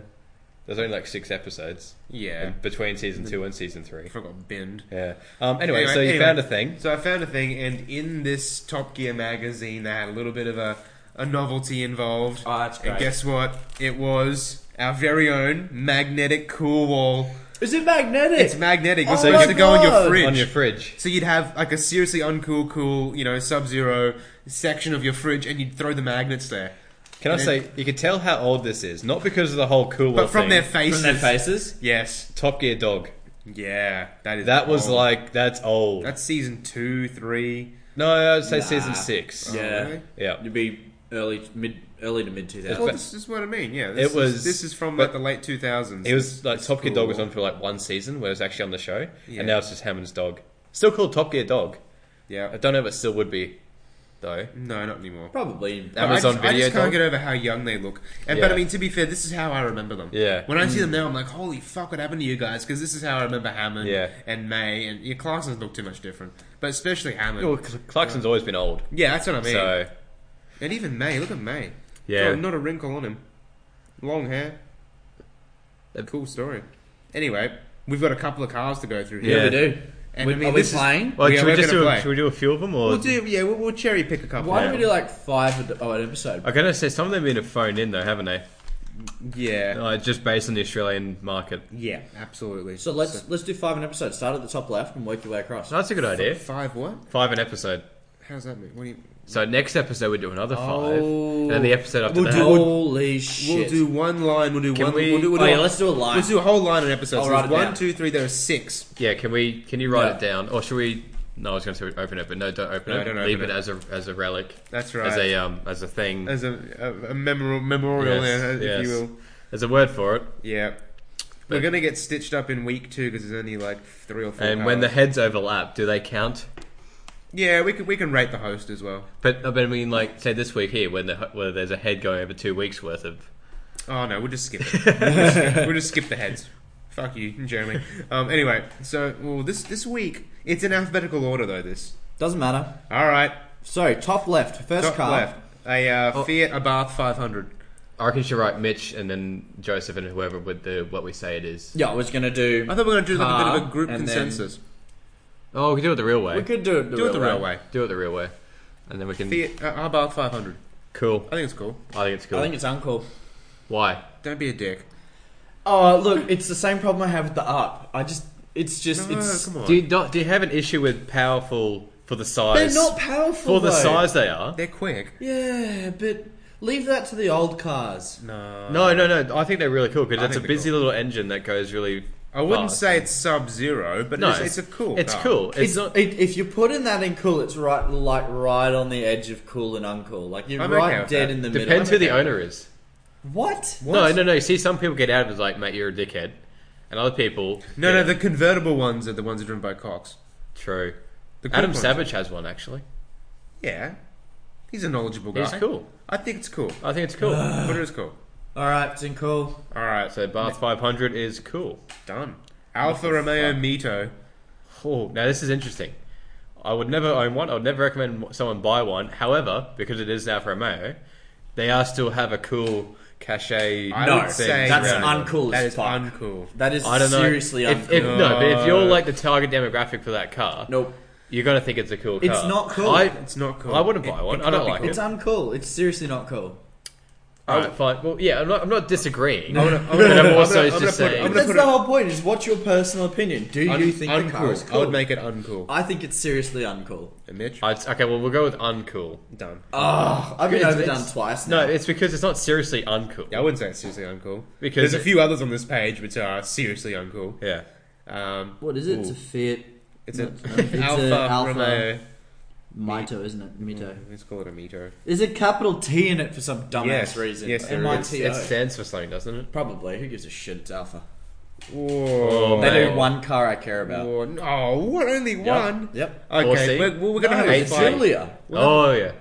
Speaker 1: there's only like six episodes
Speaker 2: Yeah,
Speaker 1: between season two and season three.
Speaker 2: I forgot binned.
Speaker 1: Yeah. Um, anyway,
Speaker 2: Anyway,
Speaker 1: so you
Speaker 2: anyway.
Speaker 1: found a thing.
Speaker 2: So I found a thing, and in this Top Gear magazine, they had a little bit of a, a novelty involved.
Speaker 3: Oh, that's
Speaker 2: And
Speaker 3: great.
Speaker 2: guess what? It was our very own magnetic cool wall.
Speaker 3: Is it magnetic?
Speaker 2: It's magnetic. It's
Speaker 3: Oh
Speaker 2: supposed to
Speaker 3: my
Speaker 2: go on your
Speaker 3: God.
Speaker 2: fridge.
Speaker 1: On your fridge.
Speaker 2: so you'd have like a seriously uncool, cool, you know, sub-zero section of your fridge, and you'd throw the magnets there,
Speaker 1: Can I
Speaker 2: And
Speaker 1: say you could tell how old this is? Not because of the whole cool.
Speaker 2: but from
Speaker 1: thing.
Speaker 2: their faces.
Speaker 3: From their faces?
Speaker 2: Yes.
Speaker 1: Top Gear dog.
Speaker 2: Yeah. That is.
Speaker 1: That was
Speaker 2: old.
Speaker 1: like that's old.
Speaker 2: That's season two, three.
Speaker 1: no, I'd say
Speaker 3: Nah.
Speaker 1: season six.
Speaker 2: Yeah. Oh, really?
Speaker 1: Yeah.
Speaker 3: It'd be early mid early to mid two
Speaker 2: Well,
Speaker 1: But-
Speaker 3: thousand.
Speaker 2: this is what I mean. Yeah, this
Speaker 1: It was-
Speaker 2: Is, this is from
Speaker 1: but-
Speaker 2: like the late two thousands.
Speaker 1: It was like Top Gear
Speaker 2: cool.
Speaker 1: Dog was on for like one season where it was actually on the show,
Speaker 2: Yeah.
Speaker 1: and now it's just Hammond's dog. Still called Top Gear Dog. I
Speaker 2: Yeah.
Speaker 1: don't know if it still would be, though.
Speaker 2: No, not anymore.
Speaker 3: Probably.
Speaker 1: That was
Speaker 2: I
Speaker 1: on
Speaker 2: just, I
Speaker 1: video
Speaker 2: just can't
Speaker 1: dog.
Speaker 2: get over how young they look. And, But I
Speaker 1: Yeah.
Speaker 2: mean, to be fair, this is how I remember them.
Speaker 1: Yeah. Mm.
Speaker 2: When I see them now, I'm like, holy fuck, what happened to you guys? Because this is how I remember Hammond
Speaker 1: Yeah.
Speaker 2: and May. And your Clarksons look too much different. But especially Hammond.
Speaker 1: Well, Cl- Clarkson's always been old,
Speaker 2: yeah, that's what I mean.
Speaker 1: so
Speaker 2: And even May. Look at May.
Speaker 1: Yeah.
Speaker 2: God, not a wrinkle on him. Long hair. cool story. Anyway, we've got a couple of cars to go through
Speaker 1: Yeah.
Speaker 2: here.
Speaker 3: Yeah, we do.
Speaker 2: And
Speaker 3: We-
Speaker 2: I mean,
Speaker 3: are we
Speaker 2: this is-
Speaker 3: playing?
Speaker 2: Well, We should are- we we're just gonna do a- play. should
Speaker 1: we do a few of them? Or
Speaker 2: We'll do, yeah, we'll, we'll cherry pick a couple.
Speaker 3: Why don't we do like five a- oh, an episode?
Speaker 1: I'm gonna say some of them have been phone in though, haven't they?
Speaker 2: Yeah.
Speaker 1: Uh, just based on the Australian market.
Speaker 2: Yeah, absolutely.
Speaker 3: So let's let's do five an episode. Start at the top left and work your way across.
Speaker 1: So that's a good idea.
Speaker 2: Five what?
Speaker 1: Five an episode.
Speaker 2: How's that mean? What do you...
Speaker 1: So next episode we do another five,
Speaker 2: Oh.
Speaker 1: and then the episode after
Speaker 2: We'll
Speaker 1: that.
Speaker 2: do-
Speaker 3: Holy shit!
Speaker 2: We'll do one line. We'll do
Speaker 1: Can
Speaker 2: one.
Speaker 1: we-
Speaker 2: We'll do, we'll do
Speaker 3: oh yeah,
Speaker 2: a,
Speaker 3: let's do a line.
Speaker 2: let's do a whole line in episodes.
Speaker 3: I'll
Speaker 2: So
Speaker 3: write
Speaker 2: there's
Speaker 3: it
Speaker 2: one,
Speaker 3: down.
Speaker 2: two, three. There are six.
Speaker 1: yeah, can we? Can you write
Speaker 3: Yeah.
Speaker 1: it down, or should we? No, I was going to say open it, but no, don't open
Speaker 2: No,
Speaker 1: it.
Speaker 2: don't
Speaker 1: Leave
Speaker 2: open
Speaker 1: it as a as a relic,
Speaker 2: That's right.
Speaker 1: as a um as a thing,
Speaker 2: as a, a, a memorial, memorial
Speaker 1: Yes,
Speaker 2: uh, if
Speaker 1: yes.
Speaker 2: you will.
Speaker 1: as a word for it.
Speaker 2: Yeah. We're
Speaker 1: But-
Speaker 2: gonna get stitched up in week two because there's only like three or four.
Speaker 1: And when the
Speaker 2: hours.
Speaker 1: heads overlap, do they count?
Speaker 2: yeah, we can we can rate the host as well.
Speaker 1: But I mean, like say this week here, when the where there's a head going over two weeks worth of.
Speaker 2: Oh no, we'll just skip it. we'll, just, we'll just skip the heads. Fuck you, Jeremy. Um, anyway, so well, this this week it's in alphabetical order though. This
Speaker 3: Doesn't matter.
Speaker 2: all right.
Speaker 3: So top left, first
Speaker 2: top
Speaker 3: car.
Speaker 2: left, a uh,
Speaker 1: Oh.
Speaker 2: Fiat Abarth 500.
Speaker 1: I reckon you should write Mitch and then Joseph and whoever with the what we say it is.
Speaker 3: Yeah, I was gonna do.
Speaker 2: I thought we were gonna do like a bit of a
Speaker 3: Car,
Speaker 2: group
Speaker 3: and then-
Speaker 2: consensus.
Speaker 1: Oh, we can do it the real way.
Speaker 3: we could do it. The
Speaker 2: do
Speaker 3: real
Speaker 2: it the
Speaker 3: way.
Speaker 2: railway.
Speaker 1: Do it the real way, and then we can.
Speaker 2: Fiat uh, Abarth 500.
Speaker 1: Cool.
Speaker 2: I think it's cool.
Speaker 1: I think it's cool.
Speaker 3: I think it's uncool.
Speaker 1: Why?
Speaker 2: Don't be a dick.
Speaker 3: Oh look, it's the same problem I have with the up. I just, it's just,
Speaker 2: No,
Speaker 3: it's.
Speaker 2: come on.
Speaker 1: Do you not, do you have an issue with powerful for the
Speaker 3: They're
Speaker 1: size?
Speaker 3: not powerful.
Speaker 1: for the
Speaker 3: though.
Speaker 1: size they are.
Speaker 2: They're quick.
Speaker 3: Yeah, but leave that to the old cars.
Speaker 2: No.
Speaker 1: No, no, no. I think they're really cool because
Speaker 2: I
Speaker 1: it's a
Speaker 2: think they're
Speaker 1: busy little engine that goes really.
Speaker 2: I wouldn't
Speaker 1: fast.
Speaker 2: say it's sub zero, but
Speaker 1: No,
Speaker 2: it's, it's a cool.
Speaker 1: It's
Speaker 2: car.
Speaker 1: cool. It's,
Speaker 3: It's,
Speaker 1: not.
Speaker 3: it, if you put in that in cool, it's right like right on the edge of cool and uncool. Like you're
Speaker 2: I'm
Speaker 3: right
Speaker 2: okay with
Speaker 3: dead
Speaker 2: that.
Speaker 3: in the
Speaker 1: Depends who
Speaker 3: middle.
Speaker 1: the owner is.
Speaker 3: What?
Speaker 1: No, no, no. You see, some people get out of it like, mate, you're a dickhead, and other people.
Speaker 2: No,
Speaker 1: get
Speaker 2: no,
Speaker 1: it.
Speaker 2: the convertible ones are the ones that are driven by Cox.
Speaker 1: true.
Speaker 2: The cool
Speaker 1: Adam
Speaker 2: ones.
Speaker 1: Savage has one actually.
Speaker 2: Yeah. He's a knowledgeable guy.
Speaker 1: He's cool.
Speaker 2: I think it's cool.
Speaker 1: I think it's cool.
Speaker 2: but it is cool.
Speaker 3: All right, it's in cool.
Speaker 2: All right,
Speaker 1: so Bath 500 is cool.
Speaker 2: done. Alfa Romeo Mito.
Speaker 1: Oh, now this is interesting. I would never own one. I would never recommend someone buy one. However, because it is now for Romeo, they are still have a cool cachet.
Speaker 2: I
Speaker 3: No,
Speaker 2: would say
Speaker 3: that's
Speaker 2: no.
Speaker 3: uncool
Speaker 2: That
Speaker 3: as
Speaker 2: is
Speaker 3: fuck.
Speaker 2: uncool.
Speaker 3: That is
Speaker 1: I don't know.
Speaker 3: seriously
Speaker 1: if,
Speaker 3: uncool.
Speaker 1: if, no, but if you're
Speaker 2: No.
Speaker 1: like the target demographic for that car,
Speaker 3: nope,
Speaker 1: you're gonna think it's a cool car.
Speaker 3: It's not cool.
Speaker 1: I,
Speaker 2: It's not cool.
Speaker 1: I wouldn't buy one. I don't like
Speaker 3: it's
Speaker 1: it.
Speaker 3: uncool. It's seriously not cool.
Speaker 1: I would find, well, yeah, I'm not, I'm not disagreeing.
Speaker 2: I'm gonna- I'm gonna-
Speaker 1: But I'm
Speaker 2: I'm
Speaker 1: also
Speaker 2: gonna- I'm
Speaker 1: just
Speaker 2: gonna put-
Speaker 1: saying-
Speaker 2: I'm gonna
Speaker 3: That's
Speaker 2: put
Speaker 3: the
Speaker 2: it-
Speaker 3: whole point. Is what's your personal opinion? Do you
Speaker 2: Un-
Speaker 3: think the car is
Speaker 2: I
Speaker 3: cool?
Speaker 2: would make it uncool.
Speaker 3: I think it's seriously uncool.
Speaker 2: And Mitch,
Speaker 1: I'd, okay, well, we'll go with uncool.
Speaker 2: done.
Speaker 3: Oh, I've been
Speaker 1: It's-
Speaker 3: overdone
Speaker 1: it's-
Speaker 3: twice
Speaker 1: No,
Speaker 3: now.
Speaker 1: it's because it's not seriously uncool.
Speaker 2: Yeah, I wouldn't say it's seriously uncool.
Speaker 1: Because
Speaker 2: Because there's
Speaker 1: it-
Speaker 2: a few others on this page which are seriously uncool.
Speaker 1: Yeah.
Speaker 2: Um,
Speaker 3: what is it? It's
Speaker 2: Ooh.
Speaker 3: a Fiat
Speaker 2: it's a
Speaker 3: It's a
Speaker 2: Alfa
Speaker 3: Alfa.
Speaker 2: Romeo.
Speaker 3: Mito, isn't it? Mito.
Speaker 2: Let's call it a Mito.
Speaker 3: Is it capital T in it for some dumbass
Speaker 2: Yes,
Speaker 3: reason?
Speaker 2: yes, there
Speaker 3: MITO.
Speaker 1: It stands for something, doesn't it?
Speaker 3: Probably. Who gives a shit? It's Alpha.
Speaker 2: Whoa.
Speaker 1: Oh,
Speaker 3: They
Speaker 1: man.
Speaker 3: do one car I care about.
Speaker 2: Whoa. Oh, what? Only one?
Speaker 3: Yep.
Speaker 1: Or
Speaker 2: Okay,
Speaker 1: C.
Speaker 2: we're, well, we're going to
Speaker 3: no,
Speaker 2: have a
Speaker 3: it's
Speaker 2: fight.
Speaker 3: Julia.
Speaker 1: Oh, yeah.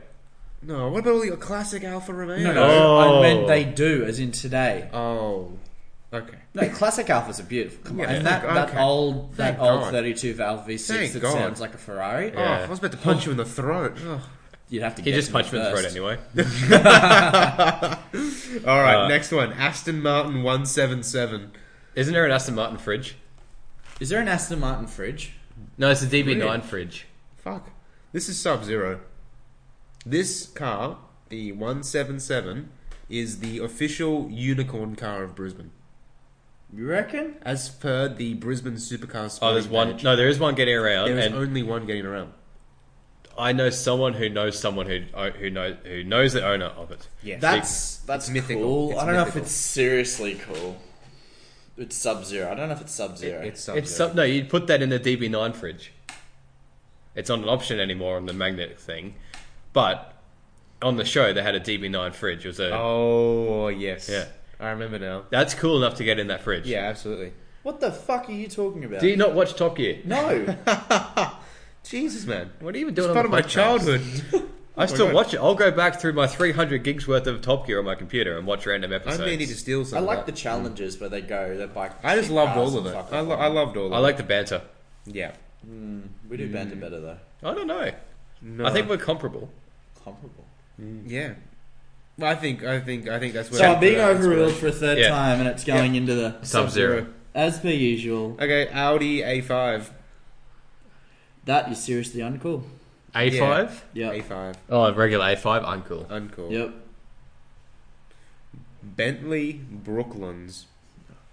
Speaker 2: No, what about all your classic Alfa Romeo?
Speaker 3: No, no.
Speaker 1: Oh.
Speaker 3: I meant they do, as in today.
Speaker 2: Oh. Okay.
Speaker 3: No, classic Alphas are beautiful. Come on.
Speaker 2: Yeah,
Speaker 3: and that,
Speaker 2: thank-
Speaker 3: that
Speaker 2: okay.
Speaker 3: old that
Speaker 2: Thank
Speaker 3: old
Speaker 2: God.
Speaker 3: 32 valve V6
Speaker 2: Thank
Speaker 3: that
Speaker 2: God.
Speaker 3: sounds like a Ferrari.
Speaker 1: Yeah.
Speaker 2: Oh, I was about to punch you in the throat. Ugh.
Speaker 3: Oh. You'd have to.
Speaker 1: He
Speaker 3: get
Speaker 1: just
Speaker 3: to
Speaker 1: punched
Speaker 3: me
Speaker 1: me in the throat
Speaker 3: first.
Speaker 1: anyway.
Speaker 2: All right,
Speaker 1: Uh,
Speaker 2: next one. Aston Martin 177.
Speaker 1: Isn't there an Aston Martin fridge?
Speaker 3: Is there an Aston Martin fridge?
Speaker 1: No, it's a DB9
Speaker 2: Really?
Speaker 1: fridge.
Speaker 2: Fuck. This is Sub Zero. This car, the 177, is the official unicorn car of Brisbane.
Speaker 3: You reckon?
Speaker 2: As per the Brisbane Supercar
Speaker 1: Oh, there's
Speaker 2: Sporting
Speaker 1: one.
Speaker 2: page,
Speaker 1: No, there is one getting around,
Speaker 2: There is
Speaker 1: and
Speaker 2: only one getting around.
Speaker 1: I know someone who knows someone who who knows who knows the owner of it.
Speaker 2: Yes.
Speaker 3: That's that's
Speaker 2: it's mythical.
Speaker 3: cool.
Speaker 2: It's
Speaker 3: I don't know if
Speaker 2: mythical.
Speaker 3: it's seriously cool. It's Sub Zero. I don't know if it's Sub Zero.
Speaker 2: it's Sub
Speaker 1: It's some, no, you'd put that in the DB9 fridge. It's not an option anymore on the magnet thing, but on the show they had a DB9 fridge. It was a
Speaker 2: Oh, yes.
Speaker 1: Yeah.
Speaker 2: I remember now.
Speaker 1: that's cool enough to get in that fridge.
Speaker 2: Yeah, absolutely.
Speaker 3: What the fuck are you talking about?
Speaker 1: Do you not watch Top Gear?
Speaker 3: no.
Speaker 2: Jesus, man.
Speaker 1: What are you even
Speaker 2: It's
Speaker 1: doing? on the
Speaker 2: part of my
Speaker 1: podcast?
Speaker 2: childhood.
Speaker 1: I still
Speaker 2: God.
Speaker 1: watch it. I'll go back through my 300 gigs worth of Top Gear on my computer and watch random
Speaker 2: I
Speaker 1: episodes.
Speaker 2: may need to steal
Speaker 3: I
Speaker 2: some.
Speaker 3: like the challenges where they go. They bike.
Speaker 2: I just
Speaker 3: cheap
Speaker 2: loved
Speaker 3: cars
Speaker 2: all of
Speaker 3: and
Speaker 2: it.
Speaker 3: fuck
Speaker 2: I,
Speaker 3: off.
Speaker 2: lo- Mm. I loved all of it.
Speaker 1: I like the banter.
Speaker 2: Yeah.
Speaker 3: we do banter better though.
Speaker 1: I don't know.
Speaker 2: No.
Speaker 1: I think we're comparable.
Speaker 3: Comparable.
Speaker 2: Yeah. Well, I think I think I think that's where.
Speaker 3: So I'm being
Speaker 2: where that's
Speaker 3: overruled
Speaker 2: where-
Speaker 3: for a third
Speaker 1: Yeah.
Speaker 3: time, and it's going into the
Speaker 1: Sub zero.
Speaker 3: As per usual,
Speaker 2: Okay, Audi A5.
Speaker 3: that is seriously uncool.
Speaker 1: A5?
Speaker 3: Yep.
Speaker 2: A5.
Speaker 1: Oh, regular A5, uncool.
Speaker 2: Uncool.
Speaker 3: Yep.
Speaker 2: Bentley Brooklands.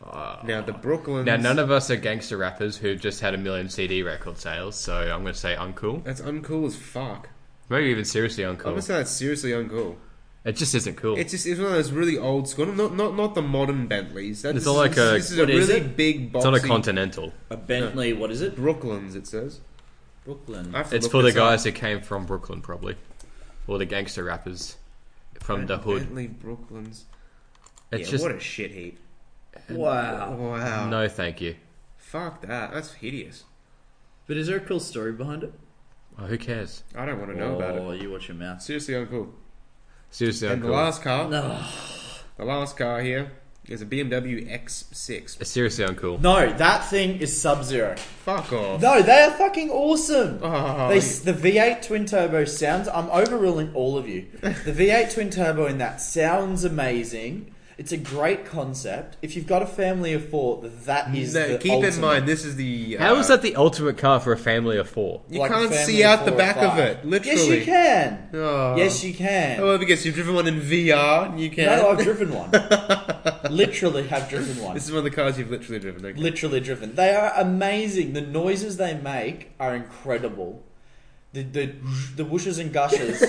Speaker 1: Ah.
Speaker 2: Now the Brooklands.
Speaker 1: Now, none of us are gangster rappers who've just had a million CD record sales, so I'm going to say uncool.
Speaker 2: that's uncool as fuck.
Speaker 1: Maybe even seriously
Speaker 2: I'm gonna
Speaker 1: uncool.
Speaker 2: say that's seriously uncool.
Speaker 1: It just isn't cool. It's,
Speaker 2: It's just it's one of those really old school, not not not the modern Bentleys. That's
Speaker 1: It's not like a-
Speaker 2: this is a
Speaker 3: What is
Speaker 2: really
Speaker 3: it?
Speaker 2: big boxy.
Speaker 1: not a continental.
Speaker 3: A Bentley, what is it?
Speaker 2: Brooklands, it says.
Speaker 3: Brooklyn.
Speaker 2: I have to
Speaker 1: It's
Speaker 2: look
Speaker 1: for the
Speaker 2: this up.
Speaker 1: guys who came from Brooklyn, probably. Or the gangster rappers from the hood.
Speaker 2: Uh, Bentley Brooklands.
Speaker 1: It's
Speaker 2: yeah,
Speaker 1: just
Speaker 2: what a shit heap.
Speaker 3: Wow.
Speaker 2: Wow.
Speaker 1: no, thank you.
Speaker 2: Fuck that. That's hideous.
Speaker 3: But is there a cool story behind it?
Speaker 1: Oh, who cares?
Speaker 2: I don't want to know about it.
Speaker 3: Oh, you watch your mouth.
Speaker 2: Seriously uncool.
Speaker 1: Seriously
Speaker 2: and the
Speaker 1: uncool.
Speaker 2: last car,
Speaker 3: No.
Speaker 2: the last car here is a BMW X6.
Speaker 1: It's seriously uncool.
Speaker 3: No, that thing is Sub Zero.
Speaker 2: Fuck off.
Speaker 3: No, they are fucking awesome.
Speaker 2: Oh,
Speaker 3: They
Speaker 2: you-
Speaker 3: s the V8 twin turbo sounds. I'm overruling all of you. The V8 twin turbo in that sounds amazing. It's a great concept. If you've got a family of four, that is.
Speaker 2: No,
Speaker 3: the
Speaker 2: keep in
Speaker 3: ultimate.
Speaker 2: mind this is the. Uh,
Speaker 1: How is that the ultimate car for a family of four?
Speaker 2: You
Speaker 3: Like a
Speaker 2: can't
Speaker 3: family
Speaker 2: see
Speaker 3: of
Speaker 2: out the
Speaker 3: four or
Speaker 2: back of
Speaker 3: five.
Speaker 2: it. Literally.
Speaker 3: Yes, you can.
Speaker 2: Oh.
Speaker 3: Yes, you can.
Speaker 2: Oh, because you've driven one in VR and you can.
Speaker 3: No, I've driven one. literally have driven one.
Speaker 2: This is one of the cars you've literally driven. Okay.
Speaker 3: Literally driven. They are amazing. The noises they make are incredible. The the the whooshes and gushes.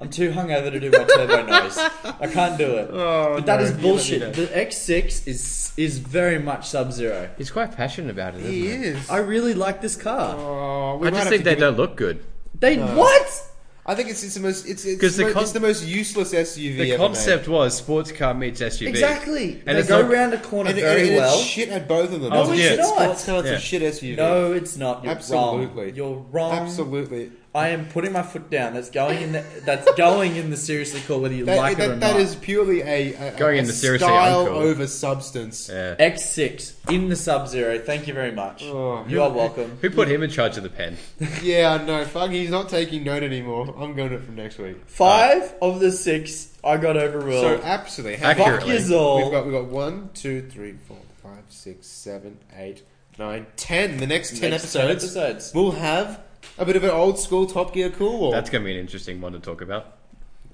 Speaker 3: I'm too hungover to do my turbo noise. I can't do it.
Speaker 2: Oh,
Speaker 3: but that
Speaker 2: no,
Speaker 3: is
Speaker 2: you let me know.
Speaker 3: bullshit. The X6 is is very much Sub Zero.
Speaker 1: He's quite passionate about it, isn't
Speaker 2: He
Speaker 1: he?
Speaker 2: is.
Speaker 3: I really like this car.
Speaker 2: Oh, we
Speaker 1: I
Speaker 2: might
Speaker 1: just
Speaker 2: have
Speaker 1: think
Speaker 2: to
Speaker 1: they
Speaker 2: give it-
Speaker 1: don't look good.
Speaker 3: They
Speaker 2: No.
Speaker 3: what?
Speaker 2: I think it's, it's the most. It's, it's,
Speaker 1: 'Cause the
Speaker 2: the mo-
Speaker 1: con-
Speaker 2: it's the most useless SUV.
Speaker 1: The
Speaker 2: ever made.
Speaker 1: concept was sports car meets SUV.
Speaker 3: Exactly.
Speaker 1: And
Speaker 3: they
Speaker 1: it's
Speaker 3: go
Speaker 1: not-
Speaker 3: round a corner
Speaker 2: and, it-
Speaker 3: very
Speaker 2: and it's
Speaker 3: well.
Speaker 2: shit at both of them.
Speaker 3: No,
Speaker 2: It's a
Speaker 1: it's
Speaker 2: shit
Speaker 3: not.
Speaker 2: sports car. Oh, It's
Speaker 1: Yeah.
Speaker 2: a shit SUV.
Speaker 3: No, it's not. You're
Speaker 2: Absolutely.
Speaker 3: wrong. You're wrong.
Speaker 2: absolutely.
Speaker 3: I am putting my foot down. That's going in. The, that's going in the seriously cool whether you
Speaker 2: That,
Speaker 3: like it or
Speaker 2: that, that
Speaker 3: not.
Speaker 2: is purely a, a
Speaker 1: Going
Speaker 2: a
Speaker 1: into seriously
Speaker 2: style
Speaker 1: uncool.
Speaker 2: over substance.
Speaker 1: Yeah.
Speaker 3: X6 in the Sub Zero. Thank you very much.
Speaker 2: Oh.
Speaker 3: you are welcome.
Speaker 1: Who put him in charge of the pen?
Speaker 2: Yeah, no, fuck. He's not taking note anymore. I'm going to it from next week.
Speaker 3: Five of the six I got overruled.
Speaker 2: So absolutely, how
Speaker 1: Accurate.
Speaker 3: Fuck
Speaker 1: accurately.
Speaker 3: yous all.
Speaker 2: We've got we have got one, two, three, four, five, six, seven, eight, nine, ten. The next ten
Speaker 3: Next ten
Speaker 2: episodes,
Speaker 3: episodes.
Speaker 2: we'll have a bit of an old school Top Gear cool war.
Speaker 1: That's going to be an interesting one to talk about.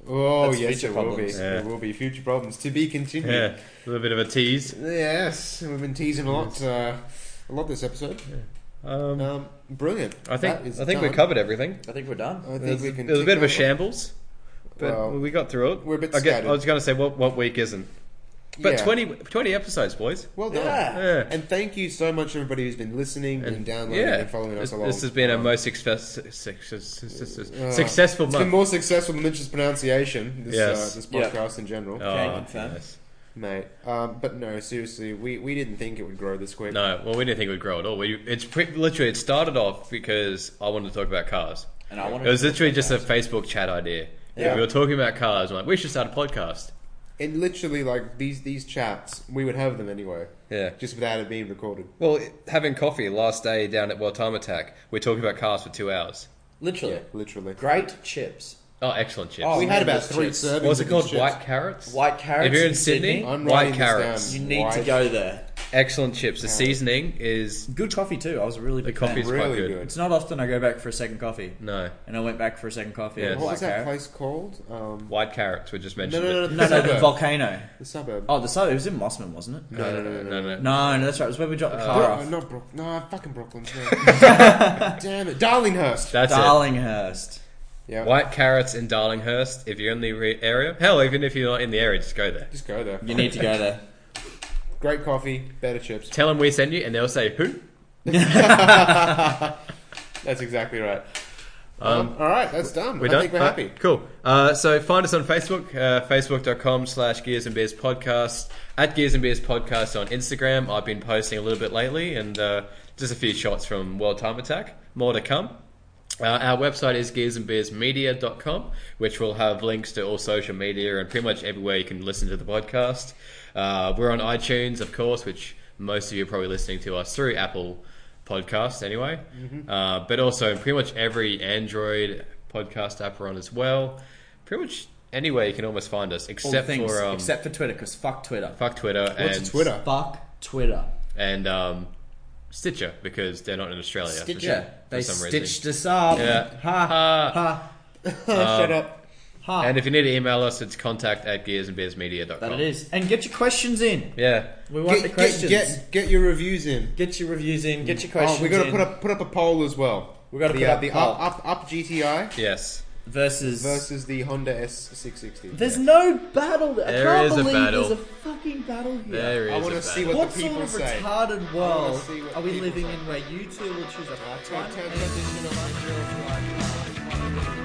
Speaker 2: oh
Speaker 3: That's
Speaker 2: yes,
Speaker 3: future
Speaker 2: it will be.
Speaker 3: problems.
Speaker 1: Yeah.
Speaker 2: It will be future problems to be continued.
Speaker 1: Yeah. A little bit of a tease.
Speaker 2: Yes, we've been teasing a lot, uh, a lot this episode.
Speaker 1: Um,
Speaker 2: Um, brilliant.
Speaker 1: I think
Speaker 2: That is
Speaker 1: I think we
Speaker 2: done.
Speaker 1: covered everything.
Speaker 3: I think we're done.
Speaker 2: I
Speaker 1: It
Speaker 2: think
Speaker 1: was,
Speaker 2: we can.
Speaker 1: it was a
Speaker 2: kick
Speaker 1: bit of a
Speaker 2: off.
Speaker 1: shambles, but
Speaker 2: Well,
Speaker 1: we got through it.
Speaker 2: we're a bit
Speaker 1: I, get,
Speaker 2: scattered.
Speaker 1: I was going to say what what week isn't, but
Speaker 2: Yeah.
Speaker 1: 20, 20 episodes, boys.
Speaker 2: Well done.
Speaker 3: Yeah.
Speaker 1: Yeah.
Speaker 2: And thank you so much, everybody who's been listening, been downloading, and following us
Speaker 1: this,
Speaker 2: along.
Speaker 1: this has been our
Speaker 2: Um,
Speaker 1: most success, success, success,
Speaker 2: Uh,
Speaker 1: successful
Speaker 2: It's been
Speaker 1: month.
Speaker 2: more successful than Mitch's pronunciation. This,
Speaker 1: Yes.
Speaker 2: uh, this
Speaker 3: Yeah.
Speaker 2: podcast in general,
Speaker 1: Oh,
Speaker 3: Okay, confirm.
Speaker 1: yes.
Speaker 2: mate. Um, but no, seriously, we, we didn't think it would grow this quick.
Speaker 1: No, well, we didn't think it would grow at all. We, it's pretty, literally it started off because I wanted to talk about cars.
Speaker 3: And I want
Speaker 1: It was literally just a Facebook chat idea.
Speaker 2: Yeah.
Speaker 1: We were talking about cars. and like, we should start a podcast.
Speaker 2: It literally like these these chats, we would have them anyway,
Speaker 1: Yeah.
Speaker 2: just without it being recorded.
Speaker 1: Well, it- having coffee last day down at Well Time Attack, we talked about cars for two hours.
Speaker 3: literally
Speaker 2: Yeah, literally.
Speaker 3: great chips.
Speaker 1: Oh, excellent chips.
Speaker 3: Oh,
Speaker 2: we
Speaker 3: man,
Speaker 2: had about
Speaker 3: those
Speaker 2: three
Speaker 3: chips.
Speaker 2: servings.
Speaker 1: what was it
Speaker 2: of
Speaker 1: called?
Speaker 2: these chips.
Speaker 1: White carrots.
Speaker 3: White carrots.
Speaker 1: If you're in
Speaker 3: in
Speaker 1: Sydney,
Speaker 2: I'm
Speaker 1: white
Speaker 2: writing this
Speaker 1: carrots.
Speaker 2: down.
Speaker 3: you need to
Speaker 2: White-
Speaker 3: go there.
Speaker 1: Excellent chips. The
Speaker 2: Carrots.
Speaker 1: seasoning is
Speaker 3: Good coffee too. I was a really
Speaker 1: the
Speaker 3: big
Speaker 1: coffee's
Speaker 3: fan.
Speaker 1: quite
Speaker 2: Really
Speaker 1: good.
Speaker 2: good.
Speaker 3: It's not often I go back for a second coffee,
Speaker 1: No,
Speaker 3: and I went back for a second coffee.
Speaker 1: Yeah.
Speaker 3: and
Speaker 2: What
Speaker 3: black
Speaker 2: was that
Speaker 3: carrot.
Speaker 2: place called? Um,
Speaker 1: white carrots. We just
Speaker 2: no,
Speaker 1: mentioned
Speaker 2: no, no,
Speaker 1: it.
Speaker 2: the
Speaker 3: No, no, the
Speaker 2: suburb.
Speaker 3: volcano.
Speaker 2: the suburb.
Speaker 3: Oh, the sub. It was in Mossman, wasn't it?
Speaker 2: no, no, no, no, no,
Speaker 1: no, no.
Speaker 3: No, no, that's right. It was where we dropped the car
Speaker 2: Bro-
Speaker 3: off.
Speaker 2: uh, not Brook. No, fucking Brooklyn. No. Damn it, Darlinghurst.
Speaker 1: That's it.
Speaker 3: Darlinghurst.
Speaker 2: Yeah,
Speaker 1: White carrots in Darlinghurst. If you're in the re- area, hell, even if you're not in the area, just go there.
Speaker 2: just go there.
Speaker 3: You need to go there.
Speaker 2: Great coffee, better chips.
Speaker 1: Tell them we send you, and they'll say who.
Speaker 2: That's exactly right.
Speaker 1: Um,
Speaker 2: Um, all right, that's done.
Speaker 1: We're
Speaker 2: I
Speaker 1: done.
Speaker 2: think we're
Speaker 1: Alright,
Speaker 2: happy.
Speaker 1: Cool. Uh, so find us on Facebook, uh, facebook.com slash Gears and Beers Podcast, at Gears and Beers Podcast on Instagram. I've been posting a little bit lately and uh, just a few shots from World Time Attack. More to come. Uh, our website is gearsandbeersmedia.com, which will have links to all social media and pretty much everywhere you can listen to the podcast. Uh, we're on iTunes, of course, which most of you are probably listening to us through Apple Podcasts anyway, uh, but also pretty much every Android podcast app we're on as well. Pretty much anywhere you can almost find us,
Speaker 3: All the
Speaker 1: except
Speaker 3: things,
Speaker 1: for um,
Speaker 3: except for Twitter, because fuck Twitter.
Speaker 1: fuck Twitter
Speaker 2: What's
Speaker 1: and
Speaker 2: a Twitter?
Speaker 3: Fuck Twitter.
Speaker 1: and um, Stitcher because they're not in Australia. for
Speaker 2: Stitcher.
Speaker 1: some- Uh,
Speaker 3: Yeah,
Speaker 1: for
Speaker 3: they
Speaker 1: some reason.
Speaker 3: stitched us up.
Speaker 1: Yeah.
Speaker 3: Ha
Speaker 1: Uh,
Speaker 3: ha
Speaker 2: Shut up.
Speaker 3: Ha.
Speaker 1: And if you need to email us, it's contact at gearsandbeersmedia.com.
Speaker 5: That it is.
Speaker 3: And get your questions in.
Speaker 1: Yeah.
Speaker 3: We want the
Speaker 2: get,
Speaker 3: questions.
Speaker 2: get, get, get your reviews in.
Speaker 3: Get your reviews in. Get your questions.
Speaker 2: Oh, we got to
Speaker 3: in.
Speaker 2: put up put up a poll as well.
Speaker 3: We gotta
Speaker 2: the,
Speaker 3: put
Speaker 2: uh,
Speaker 3: up
Speaker 2: the
Speaker 3: a poll.
Speaker 2: up, up up GTI
Speaker 1: Yes.
Speaker 5: Versus.
Speaker 2: versus the Honda S660.
Speaker 3: There's no battle. I
Speaker 1: There
Speaker 3: can't
Speaker 1: is a
Speaker 3: believe
Speaker 1: battle.
Speaker 3: there's a fucking battle here.
Speaker 1: There is.
Speaker 2: I want
Speaker 1: a
Speaker 2: to see
Speaker 1: battle.
Speaker 2: what,
Speaker 3: What
Speaker 2: the
Speaker 3: sort
Speaker 2: people
Speaker 3: of
Speaker 2: say.
Speaker 3: retarded
Speaker 2: wanna
Speaker 3: world
Speaker 2: see what
Speaker 3: are we
Speaker 2: people
Speaker 3: living
Speaker 2: say.
Speaker 3: in where you two will choose a
Speaker 2: turn,
Speaker 3: part-time
Speaker 2: turn,
Speaker 3: and
Speaker 2: turn.
Speaker 3: additional lunch or a drive?